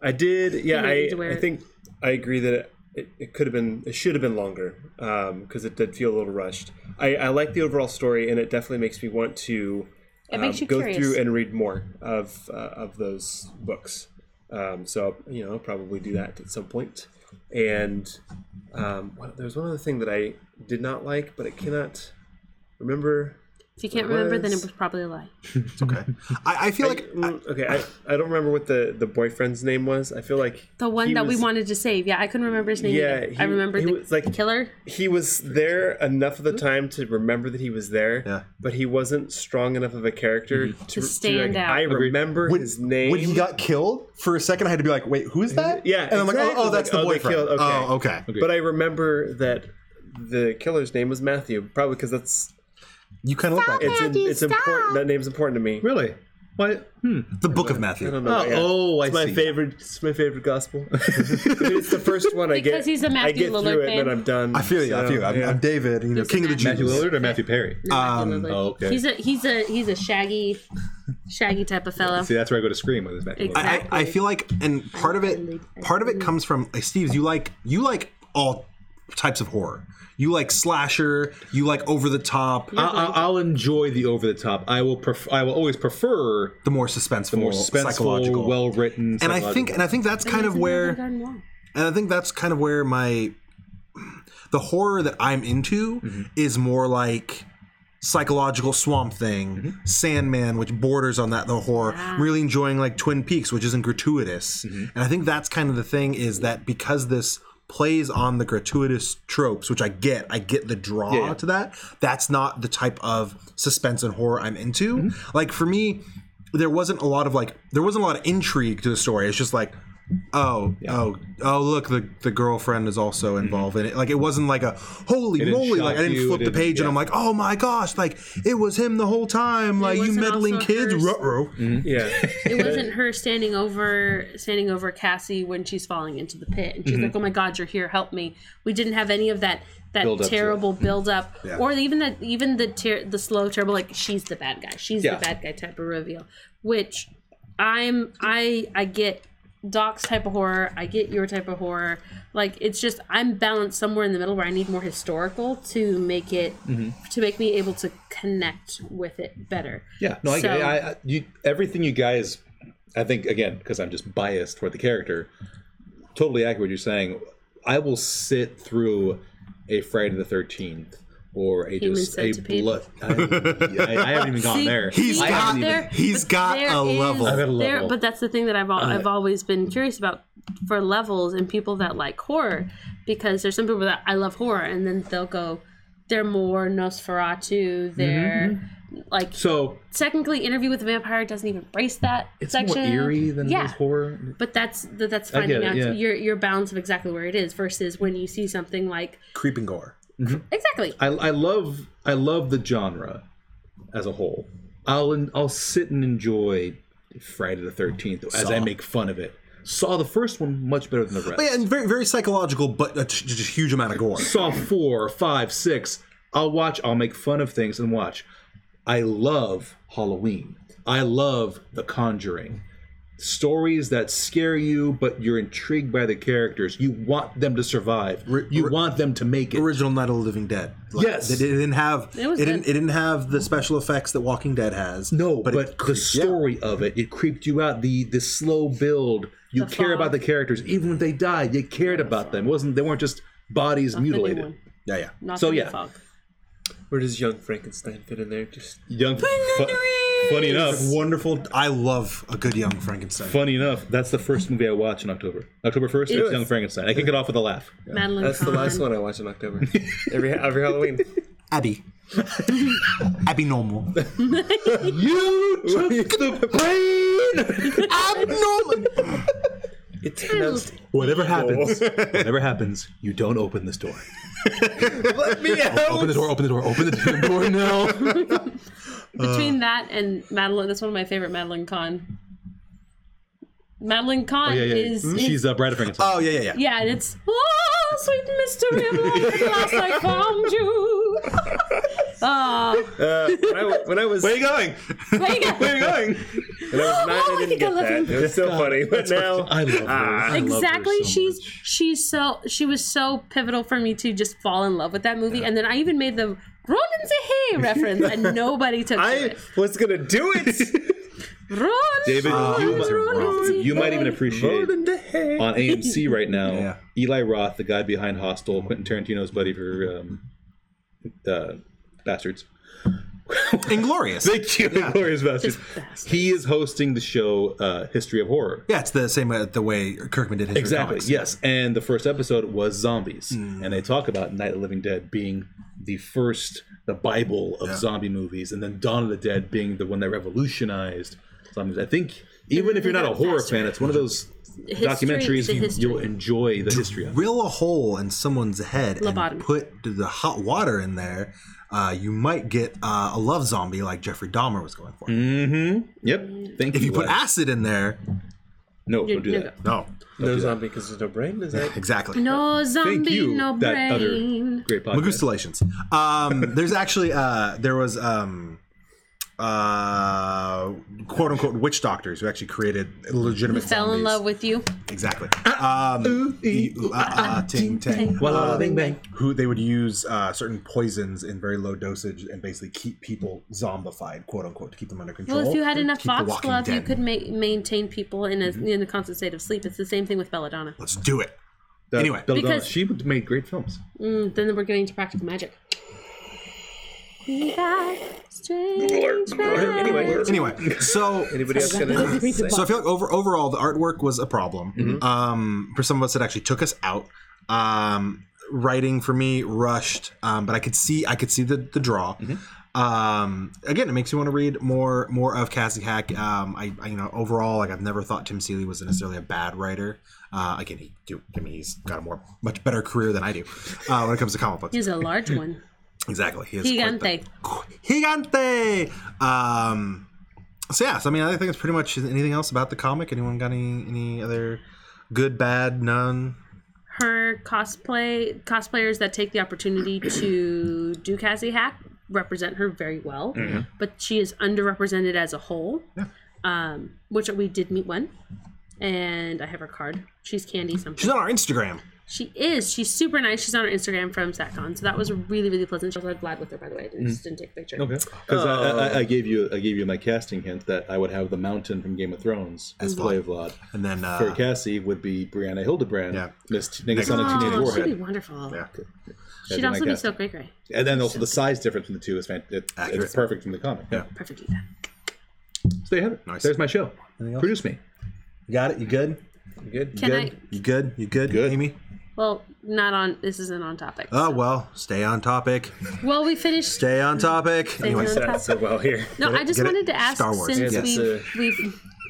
I did. Yeah, You I, need to wear I it. think I agree that it, it, it could have been, it should have been longer because it did feel a little rushed. I, I like the overall story, and it definitely makes me want to um, It makes you go curious. through and read more of uh, of those uh, books. Um, so you know, probably do that at some point. And um, what, there's one other thing that I did not like, but I cannot remember. If you can't remember, then it was- was probably a lie. I, I feel like Mm, okay, I, I don't remember what the, the boyfriend's name was. I feel like The one he that we was- wanted to save. Yeah, I couldn't remember his name. Yeah, either. he- I remember he the Mm-hmm. was, like- killer. he was there enough of the time to remember that he was there, Yeah. Mm-hmm. but he wasn't strong enough of a character to, to, stand like, out. I Agreed. remember when, his name. when he got killed, for a second I had to be like, wait, who is that? Yeah, And I'm like, exactly. oh, oh that's Like, the oh, they boyfriend. killed- okay. Oh, okay. but I remember that the killer's name was Matthew, probably because that's You kind of look like it. it's in, Matthew, it's important. That name's important to me. Really? Why? Hmm. The Book of I Matthew. don't know. Oh, yeah. oh, I it's my see. favorite. It's my favorite gospel. I mean, it's the first one I get. Because he's a I Matthew get Lillard through it, and fan. then I'm done. I feel you. I so, feel you. I'm, yeah. I'm David, you know, There's King of the a Matthew Jews. Matthew Lillard or Matthew Perry? Um, oh, okay. He's a he's a he's a shaggy, shaggy type of fellow. See, that's where I go to scream with this Matthew Lillard. Exactly. I, I feel like, and part of it, part of it comes from like, Steve's. You like you like all types of horror. You like slasher. You like over the top. I, I, I'll enjoy the over the top. I will. Pref- I will always prefer The more suspenseful, more suspenseful, psychological, well written. and I think, and I think that's kind of where. and I think that's kind of where my the horror that I'm into is more like psychological swamp thing, Sandman, which borders on that the horror. I'm really enjoying like Twin Peaks, which isn't gratuitous, and I think that's kind of the thing is that because this plays on the gratuitous tropes, which I get, I get the draw to that. That's not the type of suspense and horror I'm into. Like for me, there wasn't a lot of like there wasn't a lot of intrigue to the story. It's just like oh oh oh look the the girlfriend is also involved in it. Like it wasn't like a holy Mm-hmm. didn't moly like I shock didn't you, flip it the didn't- page and I'm yeah. like oh my gosh like it was him the whole time like you wasn't meddling also kids hers. ruh-roh. Mm-hmm. Yeah. It wasn't her standing over standing over Cassie when she's falling into the pit, and she's Mm-hmm. like, "Oh my God, you're here! Help me!" We didn't have any of that that Build up to terrible build up, or even the even the ter- the slow terrible like she's the bad guy, she's Yeah. the bad guy type of reveal. Which I'm I I get Doc's type of horror, I get your type of horror. Like it's just I'm balanced somewhere in the middle where I need more historical to make it Mm-hmm. to make me able to connect with it better. Yeah, no, I, So- I, I you, everything you guys, I think again because I'm just biased toward the character. Totally accurate. What you're saying. I will sit through a Friday the Thirteenth or a Human just a centipede. blood. I, I- I haven't even gone See, there. he's I got haven't even- there. He's got There a is- level. I've got a there- level. but that's the thing that I've al- I've always been curious about for levels and people that like horror because there's some people that I love horror and then they'll go they're more Nosferatu they're Mm-hmm. like So technically Interview with the Vampire doesn't even embrace that it's section more eerie than yeah. it is horror. But that's th- that's I finding get it, out yeah. your your balance of exactly where it is versus when you see something like creeping gore. exactly I, I love I love the genre as a whole. I'll en- I'll sit and enjoy Friday the Thirteenth as I make fun of it. Saw the first one much better than the rest. Oh, Yeah, and very very psychological but a t- just huge amount of gore. Saw four, five, six. I'll watch. I'll make fun of things and watch. I love Halloween. I love The Conjuring. Stories that scare you, but you're intrigued by the characters. You want them to survive. You want them to make it. original Night of the Living Dead. Like, Yes. it didn't have it, It was didn't good. it didn't have the special effects that Walking Dead has. No, but, it the creeped- story of it, it creeped you out. The the slow build. You The care fog. about the characters, even when they died. You cared about them. It wasn't they weren't just bodies mutilated? Anyone. Yeah, yeah. Not So, the yeah. fog. Where does Young Frankenstein fit in there? Just Young. fu- funny enough, Wonderful. I love a good young Frankenstein. funny enough, that's the first movie I watched in October. October first, it's Young Frankenstein. I kick it off with a laugh. Madeline that's the Kahn. last one I watch in October. Every every Halloween. Abby. Abnormal. You took the brain. Abnormal. It's pronounced Whatever happens, whatever happens, you don't open this door. Let me out. Open the door. Open the door. Open the damn door now. Between that and Madeline, that's one of my favorite Madeline Kahn. Madeline Kahn Oh, yeah, yeah. is, is- She's uh, Bride of Frankenstein. Oh yeah, yeah, yeah. yeah, and it's oh sweet mystery of love, at last I found you. Oh, When I, when I was Where you going? there you go. Where you going? when I was nine, Oh, I I didn't think get I love that. him. It was so funny, but now ah, I love her. I love her exactly so she's much. she's so she was so pivotal for me to just fall in love with that movie and then i even made the ronan Zahe reference and nobody took to I it was gonna do it. Roll. David, you, these might, are rough. you might even appreciate Rolling the hay. on AMC right now. Yeah. Eli Roth, the guy behind Hostel, Quentin Tarantino's buddy for um, uh, Bastards. Inglorious. Thank you, Glorious Bastards. He is hosting the show uh, History of Horror. Yeah, it's the same uh, the way Kirkman did his Exactly. comics. Yes, and the first episode was zombies, and they talk about Night of the Living Dead being the first, the Bible of zombie movies, and then Dawn of the Dead being the one that revolutionized zombies. I think even if you're not a horror fan, it's one of those documentaries the you, history. you'll enjoy the history of. Drill a hole in someone's head Lobotomy. and put the hot water in there. Uh, you might get uh, a love zombie like Jeffrey Dahmer was going for. Mm-hmm. Yep. Thank If you put Les. acid in there, no, don't do no, that. no, No zombie because there's no brain. Is that exactly. No Thank zombie, you. no that brain. other great podcast. Magustalations. Um, there's actually uh, there was um, uh, quote unquote witch doctors who actually created legitimate. Fell in zombies. love with you. Exactly. Um, ee, ooh, ah, ah, ting, tang. Um, Voila, bing, bang. Who they would use uh, certain poisons in very low dosage and basically keep people zombified, quote unquote, to keep them under control. Well, if you had enough keep the Walking foxglove, you Dead. Mm-hmm. could ma- maintain people in a in a constant state of sleep. It's the same thing with belladonna. Let's do it. That- Anyway. Belladonna, Because- she made great films. Mm, then we're getting to practical magic. Anyway, Anyway, so anybody else got anything So to say? I feel like over, overall, the artwork was a problem. Um, for some of us, it actually took us out. Um, writing for me rushed, um, but I could see I could see the the draw. Um, again, it makes me want to read more more of Cassie Hack. Um, I, I you know overall like I've never thought Tim Seeley was necessarily a bad writer. Uh, again, he do I mean he's got a more much better career than I do uh, when it comes to comic books. He's a large one. Exactly, he is quite the- Gigante. Gigante. Um, so yeah, so I mean, I think it's pretty much anything else about the comic. Anyone got any any other good, bad, none? Her cosplay cosplayers that take the opportunity to do Cassie Hack represent her very well, Mm-hmm. but she is underrepresented as a whole. Um, which we did meet one, and I have her card. She's Candy something. She's on our Instagram. She is. She's super nice. She's on her Instagram from SatCon. So that was really, really pleasant. She was like glad with her, by the way. I didn't- Mm-hmm. just didn't take a picture. Okay. Because I, Uh, I, I gave you I gave you my casting hint that I would have the mountain from Game of Thrones as play Vlad. And then For uh, Cassie would be Brianna Hildebrand. Yeah. Miss T- Negasonic Oh, she'd Teenage be Warhead. wonderful. yeah, She'd be my also be guess. so great, great. And then also the size difference between the two is fantastic. It's Accurate. perfect in the comic. Yeah. Perfectly done. So there you have it. Nice. There's my show. Produce me. you got it. You good? Good. Can good? You good? You good? Good. Amy. I? Well, not on. This isn't on topic. Oh well, stay on topic. well, we finished. Stay on topic. Anyway, on That's so well here. No, I just get it? wanted to ask Star Wars. since Yes. we've, we've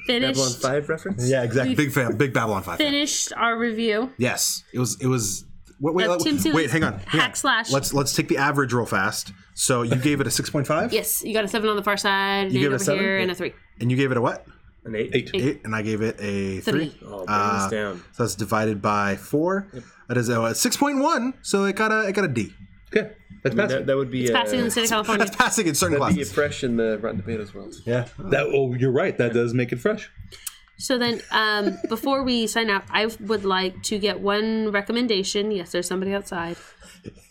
Babylon finished Five reference. yeah, exactly. Big fan. Big Babylon Five. fan. finished our review. Yes, it was. It was. Wait, wait, Uh, Tim wait, Seeley's wait hang on. hang hack on. slash. Let's let's take the average real fast. So you gave it a six point five, Yes, you got a seven on the far side, an You eight gave it a over seven? here, and Yeah. a three. and you gave it a what? An eight. Eight. Ah. eight, and I gave it a three. Three. Oh, brings Uh, down. So that's divided by four. That is uh, six point one. So it got a it got a D. Okay. That's That, passing. that would be a, Oh, Passing in the state of California. That's passing in certain that'd be classes. fresh in the Rotten Tomatoes world. Yeah. That, oh, you're right. That does make it fresh. So then, um, before we sign out, I would like to get one recommendation. Yes, there's somebody outside.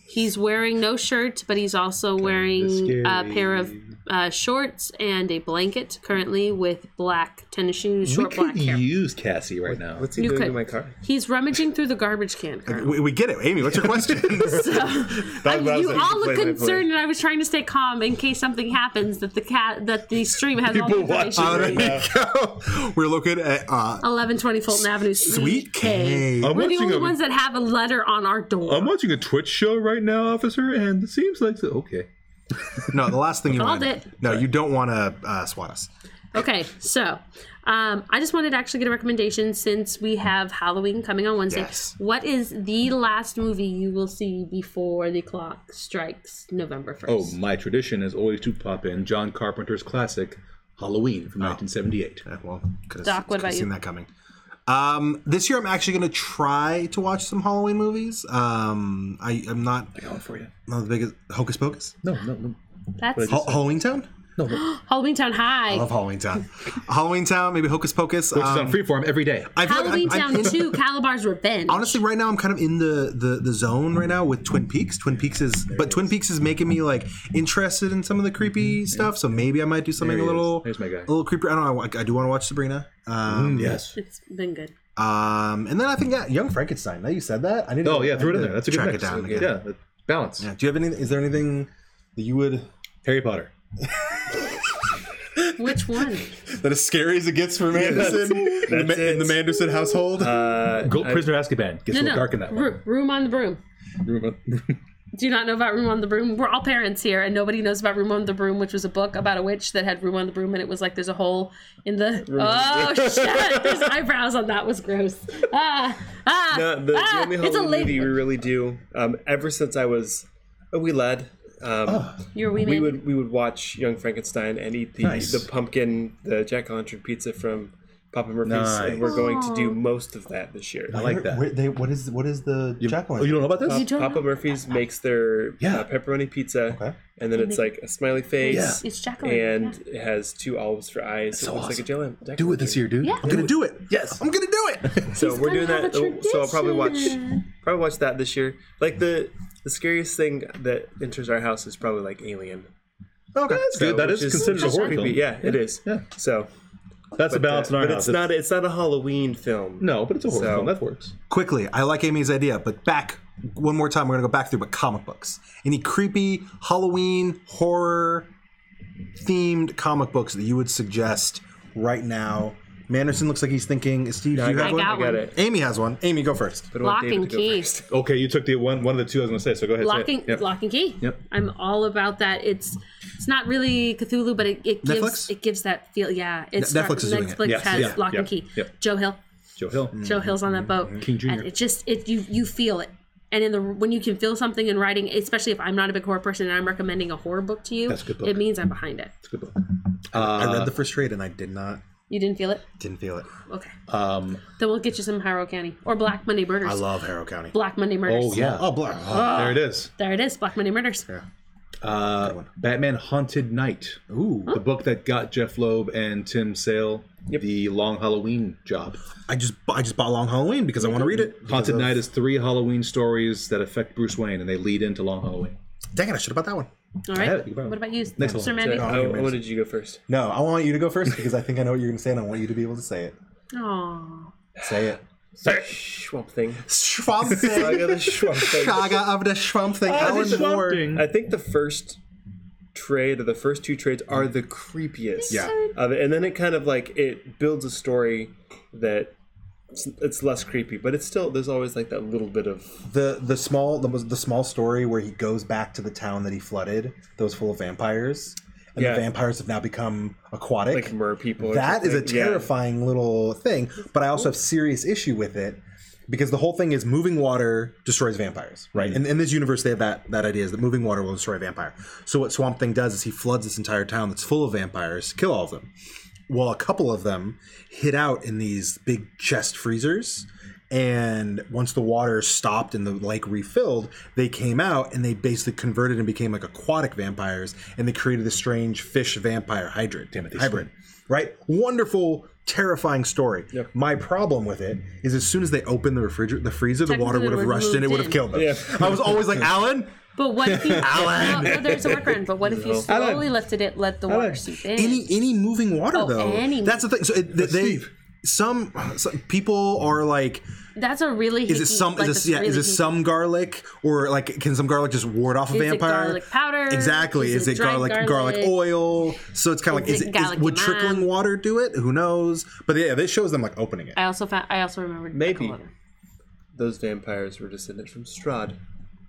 He's wearing no shirt, but he's also wearing a pair of uh, shorts and a blanket currently with black tennis shoes, short we black could hair. use Cassie right now. What's he You doing could. to my car? He's rummaging through the garbage can. currently. We, we get it, Amy. What's your question? I- you all look play-by-play. concerned, and I was trying to stay calm in case something happens that the cat that the stream has all the information. Uh, there you go. We're located at uh, Eleven twenty Fulton Avenue, Suite Sweet K. I'm We're the watching only a- ones that have a letter on our door. I'm watching a Twitch show right now, officer, and it seems like okay. No, the last thing you Called want. it. No, you don't want to uh, swat us. Okay, so um, I just wanted to actually get a recommendation since we have Halloween coming on Wednesday. Yes. What is the last movie you will see before the clock strikes November 1st? Oh, my tradition is always to pop in John Carpenter's classic Halloween Oh. from 1978. Yeah, Uh, well, could've Doc, what could've about you? Seen that coming. Um, this year, I'm actually going to try to watch some Halloween movies. Um, I, I'm not, Going for you. not the biggest Hocus Pocus. No, no, no. That's Ha- Halloween Town. Halloween Town High. Love Halloween Town. Halloween Town, maybe Hocus Pocus. It's Um, on freeform every day. I feel like I'm- Halloween I'm Town in- 2, Calabar's Revenge. honestly right now i'm kind of in the, the the zone right now with twin peaks twin peaks is but twin peaks is making me like interested in some of the creepy stuff so maybe i might do something Mm-hmm. There a he is. little There's my guy. Mm-hmm. a little creepier i don't know i, I do want to watch sabrina um, Yes. It's been good. um and then i think yeah, young frankenstein now you said that i didn't Oh yeah, throw it in there. That's a good track mix. it down yeah, again. that- balance. do you have any is there anything that you would Harry Potter. Which one? that is scary as it gets for manderson in, the, Ma- in the manderson household Uh, Gold Prisoner of Azkaban gets a No, little no. dark in that one. Ro- room on the Broom. Do you not know about Room on the Broom? We're all parents here, and nobody knows about Room on the Broom, which was a book about a witch that had Room on the Broom, and it was like there's a hole in the. Oh, shit! There's eyebrows on that was gross. Ah, ah, Uh, the, the ah, only it's a Halloween lady. movie we really do, um, ever since I was a wee lad, um, You're a wee we man. would we would watch Young Frankenstein and eat the, Nice. the pumpkin, the jack o' lantern pizza from Papa Murphy's, Nice. and we're going to do most of that this year. I like that. Where- they, what is what is the jack Oh, you don't know about this? You don't Papa know. Murphy's makes their Yeah. uh, pepperoni pizza, and then it's like a smiley face, It's Jacqueline. and it has two olives for eyes. so it looks like a jelly. do it this year dude Yeah. i'm gonna do it yes i'm gonna do it So we're doing have that. uh, Oh, a So I'll probably watch tradition. probably watch that this year. Like the the scariest thing that enters our house is probably like Alien. okay That's good. That is which considered a which is horror creepy. film. Yeah, it is. Yeah. So, That's a balance in our but house. it's not it's not a Halloween film. No, but it's a horror So- film. That works. quickly i like amy's idea but back one more time we're gonna go back through but comic books any creepy halloween horror themed comic books that you would suggest right now manderson looks like he's thinking steve do you I have got one I got one. it. amy has one amy go first Uh, But I want Lock David and to go key. first. Okay, you took the one one of the two I was going to say. So go ahead. say it. Locking, Yep. lock and key. Yep. I'm all about that. It's it's not really Cthulhu, but it, it gives Netflix? it gives that feel. Yeah, it's Ne- Netflix is doing it. Netflix Yes, has yeah, lock and yeah, key. yeah. Joe Hill, Joe Hill. Mm. Joe Hill's on that boat. King Jr.. And it just it you you feel it. And in the when you can feel something in writing, especially if I'm not a big horror person and I'm recommending a horror book to you, That's a good book. it means I'm behind it. It's a good book. i read the first trade and i did not You didn't feel it? didn't feel it Okay. Um, Then we'll get you some Hyrule County or Black Monday Murders. i love harrow county Black Monday Murders. oh yeah. oh black there it is. There it is, Black Monday Murders. Uh, Batman Haunted Night. Oh, Ooh. The book that got Jeff Loeb and Tim Sale the Long Halloween job. i just bu- i just bought long halloween because i want to read it Haunted Night is three Halloween stories that affect Bruce Wayne and they lead into Long Halloween. dang it i should have bought that one All had right. it. You brought it. What about you, Next Mr. one. Mandy? I, I wanted you to go first. no i want you to go first because i think i know what you're gonna say and i want you to be able to say it Aw. say it Swamp Thing. Swamp Saga Thing. the Swamp Thing. Saga of the Swamp Thing. Alan Moore. I think the first trade or the first two trades are the creepiest. Yeah. Of it. And then it kind of like it builds a story that it's, it's less creepy, but it's still there's always like that little bit of The the small the, the small story where he goes back to the town that he flooded that was full of vampires. And Yeah. the vampires have now become aquatic. like mer people. or that is a something. Yeah. terrifying little thing, but I also have serious issue with it because the whole thing is moving water destroys vampires, right? And in this universe, they have that that idea is that moving water will destroy a vampire. So what Swamp Thing does is he floods this entire town that's full of vampires to kill all of them. Well, a couple of them hid out in these big chest freezers. And once the water stopped and the lake refilled, they came out and they basically converted and became like aquatic vampires. And they created this strange fish vampire hybrid. Damn it, hybrid right? Wonderful, terrifying story. My problem with it is as soon as they opened the refrigerator, the freezer, the water Technically, would have they would've rushed in. It moved would have in. killed them. I was always like, Alan, But what if you Alan. there's a workaround, but what if you slowly lifted it, let the water seep in? any any moving water Oh, though. any- That's the thing. So it, they, some, some people are like, That's a really is it some is it, yeah, is it some garlic or like can some garlic just ward off a Is it vampire? garlic powder? Exactly. Is, Is it it dried garlic, garlic garlic? oil? So it's kind of like is Is it it is, garlic would lime? trickling water do it? Who knows? But yeah, this shows them like opening it. I also found I also remembered Maybe. Becca Water. Those vampires were descended from Strahd.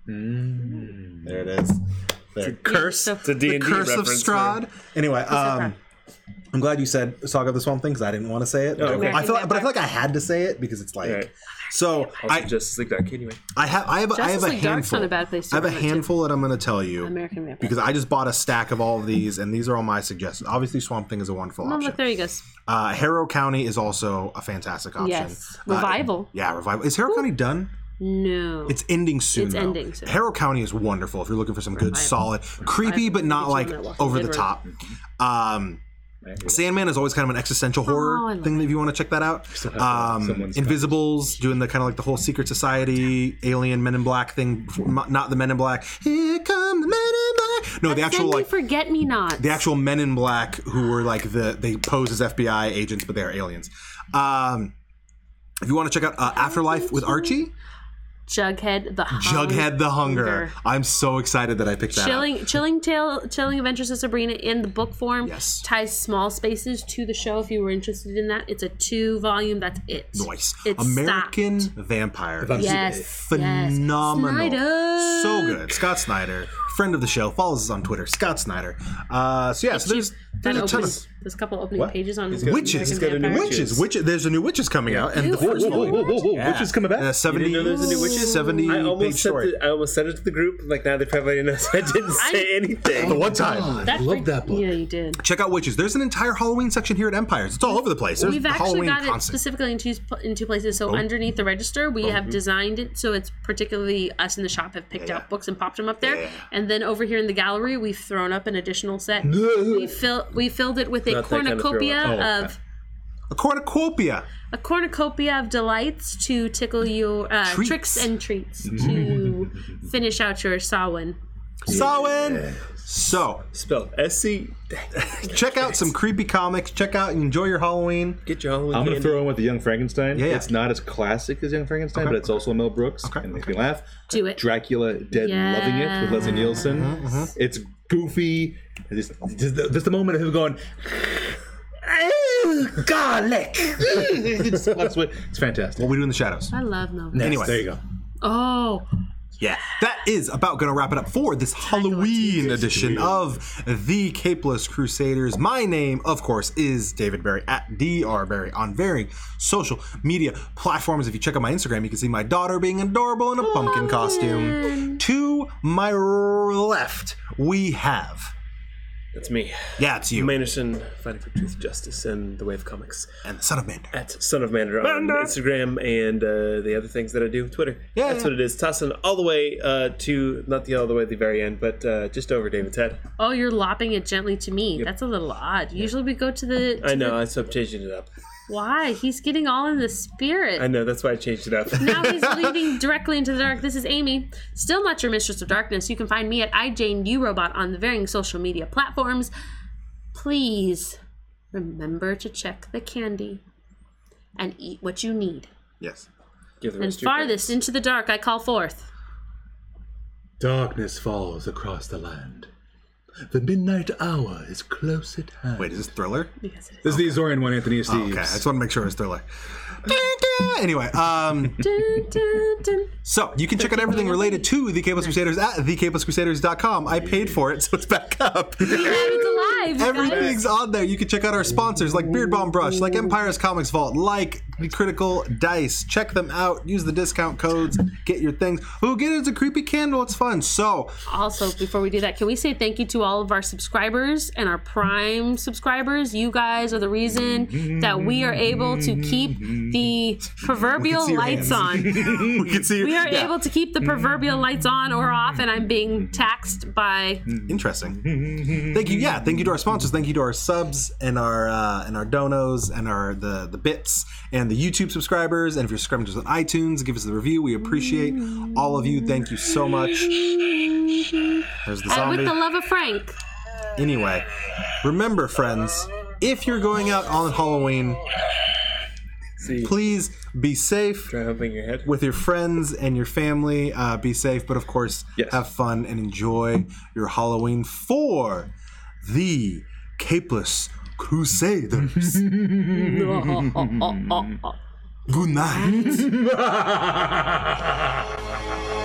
There it is. There. Curse. so- It's a the D&D curse of reference Strahd. Anyway, um, crap. I'm glad you said Saga of the Swamp Thing because I didn't want to say it. okay. I feel, but I feel like I had to say it because it's like. Right. So Also I, Justice League Dark anyway. I have I have I have Justice a League Dark's handful. not a bad place to I have a run it to. handful that I'm going to tell you American Vampire. because I just bought a stack of all of these and these are all my suggestions. Obviously, Swamp Thing is a wonderful Oh, option. look, there he goes. Uh, Harrow County is also a fantastic option. Yes. Uh, Revival. yeah, revival. Is Harrow County done? No. It's ending soon. It's though. ending soon. Harrow County is wonderful if you're looking for some good, solid, creepy, but not like that Walking over Dead the road. top. Um, Sandman is always kind of an existential horror Oh, I love thing if you want to check that out. Um, Invisibles doing the kind of like the whole secret society, alien Men in Black thing, before- not not the Men in Black. Here come the Men in Black. No, the actual Send me like forget me not. the actual men in black who were like the they pose as FBI agents, but they are aliens. Um, if you want to check out uh, Afterlife with Archie, Jughead the Hung- Jughead the Hunger. Hunger. I'm so excited that I picked that. up. Chilling, chilling tale, chilling adventures of Sabrina in the book form Yes. ties small spaces to the show. If you were interested in that, it's a two volume. That's it. Nice. It's American Vampire. stopped. Yes. yes. Phenomenal. Snyder. So good. Scott Snyder, friend of the show, follows us on Twitter. Scott Snyder. Uh, so yeah, so there's That there's a ton of opens, there's a couple opening pages on got- witches. he's got a new Vampire. Witches, witches. There's a new witches coming out, and the Ew. first Whoa, whoa, one. whoa, whoa, whoa, witches coming back? Uh, Seventy. know there's a new witches? Seventy I page almost sent story. it, I almost sent it to the group. Like now they probably knows I didn't say anything. the one time. God, I love freaked- that book. Yeah, you did. Check out witches. There's an entire Halloween section here at Empires. It's all over the place. There's We've the actually Halloween got it constant. specifically in two pl- in two places. Oh. So underneath the register, we have designed it so it's particularly us in the shop have picked out books and popped them up there. And then over here in the gallery, we've thrown up an additional set. we fill we filled it with a Not that kind of cornucopia throw of, a cornucopia. a cornucopia of delights to tickle your uh, Treats. tricks and treats to finish out your Samhain. Samhain. So Spelled S C. check out some creepy comics. Check out and enjoy your Halloween. Get your Halloween. I'm gonna candy. throw in with the Young Frankenstein. yeah. It's not as classic as Young Frankenstein, but it's also Mel Brooks and it makes me laugh. Do it. Dracula Dead Yes. Loving It with Leslie Nielsen. Uh-huh, It's goofy. There's, there's the, there's the moment of him going, "Ew, garlic. it's, that's what- it's fantastic. What we do in the shadows. I love Mel. Anyway, There you go. Oh, yeah, that is about going to wrap it up for this Halloween edition of the Capeless Crusaders. My name, of course, is David Barry at Dr. Barry on varying social media platforms. If you check out my Instagram, you can see my daughter being adorable in a pumpkin costume. To my left, we have That's me. yeah, it's you Manderson, fighting for truth, justice, and the way of comics. and the son of Mander. At Son of Mander on Instagram and uh, the other things that I do, Twitter. Yeah, that's what it is. Tossing all the way uh, to not the all the way at the very end, but uh, just over David's head. oh, you're lopping it gently to me. That's a little odd. Usually we go to the. I to the- know. I stopped changing it up. Why? He's getting all in the spirit. I know. That's why I changed it up. now he's leading directly into the dark. This is Amy, still not your mistress of darkness. You can find me at iJaneUrobot on the varying social media platforms. Please remember to check the candy and eat what you need. Yes. Give the And rest to your farthest into the dark, I call forth. Darkness falls across the land. The midnight hour is close at hand. Wait, is this Thriller? This is the Azorian one, Anthony Steves. Okay, I just want to make sure it's Thriller. Anyway, um, Dun, dun, dun. so you can check out everything related to the Capeless Crusaders at thecapelesscrusaders.com. I paid for it, so it's back up. It's alive, you guys. Everything's on there. You can check out our sponsors like Beard Bomb Brush, like Empire's Comics Vault, like Critical Dice. Check them out. Use the discount codes. Get your things. Oh, get it. It's a creepy candle. It's fun. So, Also, before we do that, can we say thank you to all of our subscribers and our Prime subscribers? You guys are the reason that we are able to keep the proverbial lights on. we can see. We are yeah. able to keep the proverbial lights on or off, and I'm being taxed by. Interesting. Thank you. Yeah, thank you to our sponsors. Thank you to our subs and our uh, and our donos and our the the bits and the YouTube subscribers. And if you're subscribing to us on iTunes, give us the review. We appreciate all of you. Thank you so much. There's the And zombie. with the love of Frank, Anyway, remember, friends, if you're going out on Halloween, See. please be safe Try humping your head. with your friends and your family. Uh, be safe, but of course, Yes. have fun and enjoy your Halloween for the Capeless Crusaders. Good night.